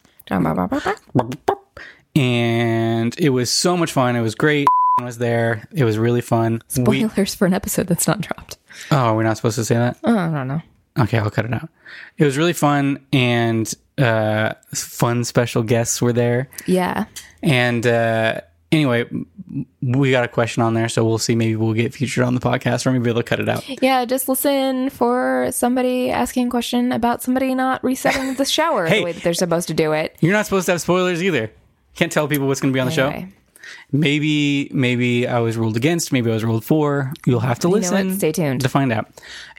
[SPEAKER 2] and it was so much fun. It was great. Was there? It was really fun. We-
[SPEAKER 1] spoilers for an episode that's not dropped
[SPEAKER 2] oh, we're not supposed to say that.
[SPEAKER 1] oh, i don't know
[SPEAKER 2] Okay, I'll cut it out. It was really fun, and uh, fun special guests were there.
[SPEAKER 1] yeah
[SPEAKER 2] And uh, anyway, m- we got a question on there, so we'll see. Maybe we'll get featured on the podcast, or maybe they'll cut it out.
[SPEAKER 1] Yeah, just listen for somebody asking a question about somebody not resetting the shower
[SPEAKER 2] Hey.
[SPEAKER 1] the way that they're supposed to do it.
[SPEAKER 2] You're not supposed to have spoilers either. Can't tell people what's going to be on the
[SPEAKER 1] Anyway.
[SPEAKER 2] show. Maybe maybe I was ruled against, maybe I was ruled for. You'll have to
[SPEAKER 1] You know
[SPEAKER 2] listen.
[SPEAKER 1] what? Stay tuned.
[SPEAKER 2] to find out.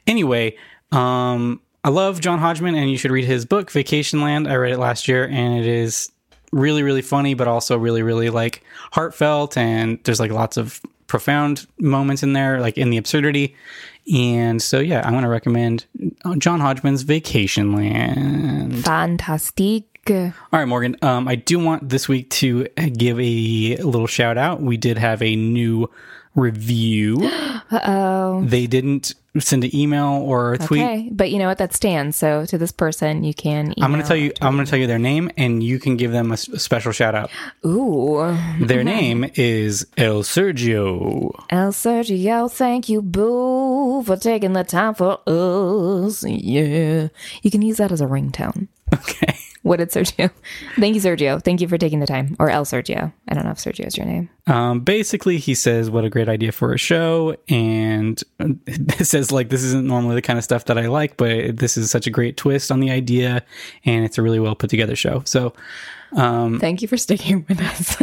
[SPEAKER 2] Anyway, um I love John Hodgman and you should read his book Vacation Land. I read it last year and it is really really funny but also really really like heartfelt and there's like lots of profound moments in there like in the absurdity. And so yeah, I'm going to recommend uh, John Hodgman's Vacation Land.
[SPEAKER 1] Fantastique.
[SPEAKER 2] All right, Morgan. Um, I do want this week to give a little shout out. We did have a new review. Uh oh. They didn't send an email or a tweet.
[SPEAKER 1] Okay, but you know what? That stands. So to this person, you can. Email
[SPEAKER 2] I'm going to tell you. I'm going to tell you their name, and you can give them a, s- a special shout out.
[SPEAKER 1] Ooh,
[SPEAKER 2] Their name is El Sergio.
[SPEAKER 1] El Sergio, thank you, boo, for taking the time for us. Yeah, you can use that as a ringtone.
[SPEAKER 2] Okay.
[SPEAKER 1] What did Sergio? Thank you, Sergio. Thank you for taking the time. Or El Sergio. I don't know if Sergio is your name.
[SPEAKER 2] Um, basically, he says, "What a great idea for a show," and uh, says, "Like this isn't normally the kind of stuff that I like, but this is such a great twist on the idea, and it's a really well put together show." So, Um,
[SPEAKER 1] Thank you for sticking with us.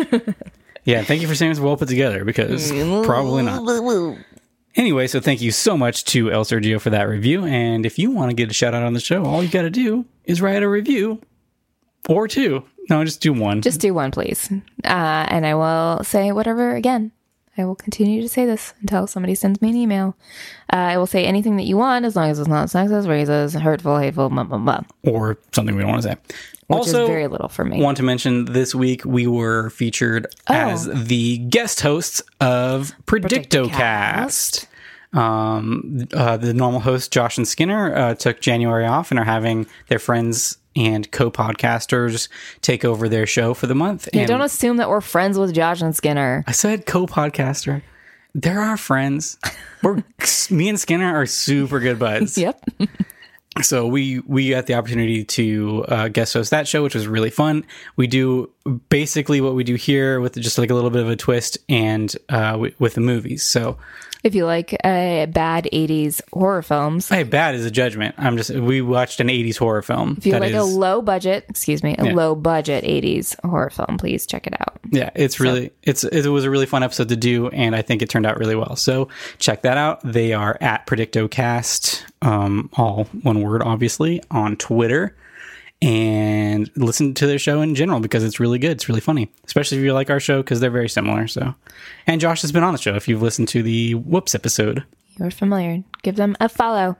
[SPEAKER 2] yeah, thank you for saying it's well put together because probably not. Anyway, so thank you so much to El Sergio for that review, and if you want to get a shout out on the show, all you got to do is write a review or two. No, just do one.
[SPEAKER 1] Just do one, please. Uh, and I will say whatever again. I will continue to say this until somebody sends me an email. Uh, I will say anything that you want as long as it's not sexist, racist, hurtful, hateful, blah, blah, blah.
[SPEAKER 2] or something we don't want to say.
[SPEAKER 1] Which
[SPEAKER 2] also,
[SPEAKER 1] is very little for me.
[SPEAKER 2] want to mention this week we were featured
[SPEAKER 1] Oh.
[SPEAKER 2] as the guest hosts of Predictocast. Um, uh, the normal host Josh and Skinner uh, took January off and are having their friends and co-podcasters take over their show for the month.
[SPEAKER 1] Yeah,
[SPEAKER 2] and
[SPEAKER 1] don't assume that we're friends with Josh and Skinner.
[SPEAKER 2] I said co-podcaster. They're our friends. We're me and Skinner are super good buds.
[SPEAKER 1] Yep.
[SPEAKER 2] so we we got the opportunity to uh, guest host that show, which was really fun. We do basically what we do here with just like a little bit of a twist and uh, w- with the movies. So
[SPEAKER 1] If you like uh, bad 80s horror films,
[SPEAKER 2] hey, bad is a judgment. I'm just we watched an '80s horror film.
[SPEAKER 1] if you
[SPEAKER 2] that
[SPEAKER 1] like a
[SPEAKER 2] is-
[SPEAKER 1] low budget, excuse me, a
[SPEAKER 2] Yeah.
[SPEAKER 1] low budget 80s horror film, please check it out.
[SPEAKER 2] yeah, it's really it's it was a really fun episode to do, and I think it turned out really well. So check that out. They are at Predictocast, um, all one word, obviously, on Twitter. And listen to their show in general because it's really good. It's really funny, especially if you like our show because they're very similar. So, and Josh has been on the show if you've listened to the Whoops episode.
[SPEAKER 1] You're familiar. Give them a follow.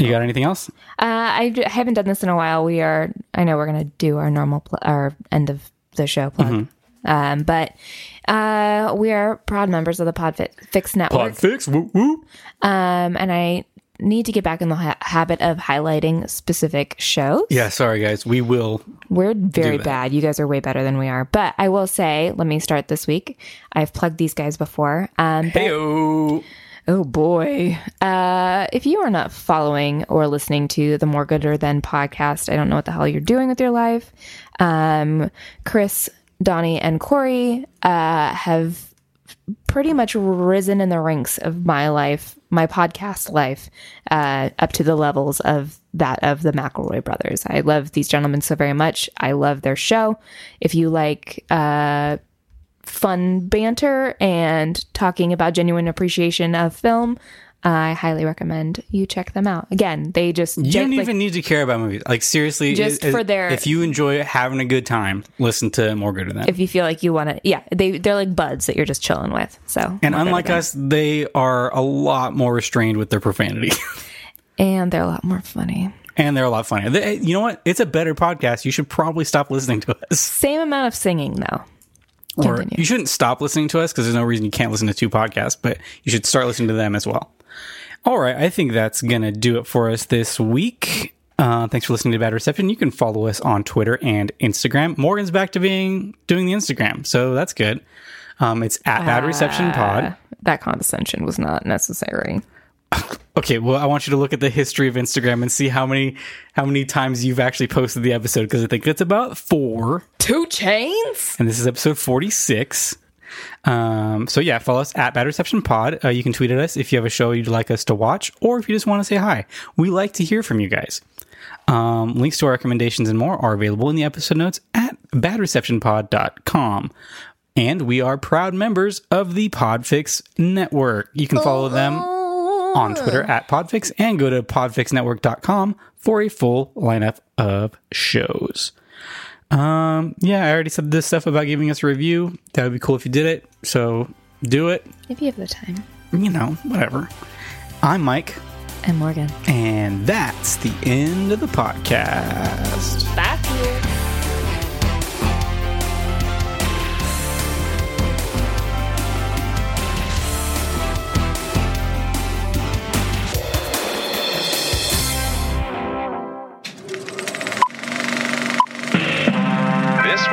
[SPEAKER 2] You got anything else?
[SPEAKER 1] Uh, I, d- I haven't done this in a while. We are. I know we're gonna do our normal pl- our end of the show plug. Um, but uh, we are proud members of the Podfix Fix Network,
[SPEAKER 2] fix. Woo woo.
[SPEAKER 1] um, and I need to get back in the ha- habit of highlighting specific shows.
[SPEAKER 2] Yeah, sorry guys, we will.
[SPEAKER 1] We're very
[SPEAKER 2] that.
[SPEAKER 1] bad. You guys are way better than we are. But I will say, let me start this week. I've plugged these guys before. Um, but-
[SPEAKER 2] Heyo.
[SPEAKER 1] Oh boy. Uh, if you are not following or listening to the More Gooder Than podcast, I don't know what the hell you're doing with your life. Um, Chris, Donnie, and Corey uh, have pretty much risen in the ranks of my life, my podcast life, uh, up to the levels of that of the McElroy brothers. I love these gentlemen so very much. I love their show. If you like uh, fun banter and talking about genuine appreciation of film, I highly recommend you check them out. Again, they just
[SPEAKER 2] You don't even need to care about movies. Like seriously,
[SPEAKER 1] Just
[SPEAKER 2] i- i-
[SPEAKER 1] for their-
[SPEAKER 2] If you enjoy having a good time, listen to more good than that.
[SPEAKER 1] if you feel like you want to, yeah, they they're like buds that you're just chilling with. So
[SPEAKER 2] and unlike us, they are a lot more restrained with their profanity,
[SPEAKER 1] and they're a lot more funny.
[SPEAKER 2] and they're a lot funnier. They, eh, you know what? It's a better podcast. You should probably stop listening to us,
[SPEAKER 1] Same amount of singing though.
[SPEAKER 2] or you shouldn't stop listening to us because there's no reason you can't listen to two podcasts. But you should start listening to them as well. All right, I think that's gonna do it for us this week. Uh, thanks for listening to Bad Reception. You can follow us on Twitter and Instagram. Morgan's back to being doing the Instagram, so that's good. Um, it's at Bad Reception Pod.
[SPEAKER 1] That condescension was not necessary.
[SPEAKER 2] Okay, well, I want you to look at the history of Instagram and see how many how many times you've actually posted the episode because I think that's about four,
[SPEAKER 1] Two chains?
[SPEAKER 2] and this is episode forty six. Um, so yeah, follow us at Bad Reception Pod. Uh, you can tweet at us if you have a show you'd like us to watch, or if you just want to say hi. We like to hear from you guys. Um, links to our recommendations and more are available in the episode notes at badreceptionpod.com. And we are proud members of the Podfix Network. You can follow them
[SPEAKER 1] Oh.
[SPEAKER 2] on Twitter at Podfix and go to podfixnetwork.com for a full lineup of shows. Um, yeah, I already said this stuff about giving us a review. That would be cool if you did it. So do it.
[SPEAKER 1] If you have the time.
[SPEAKER 2] You know, whatever. I'm Mike,
[SPEAKER 1] And Morgan.
[SPEAKER 2] and that's the end of the podcast.
[SPEAKER 8] This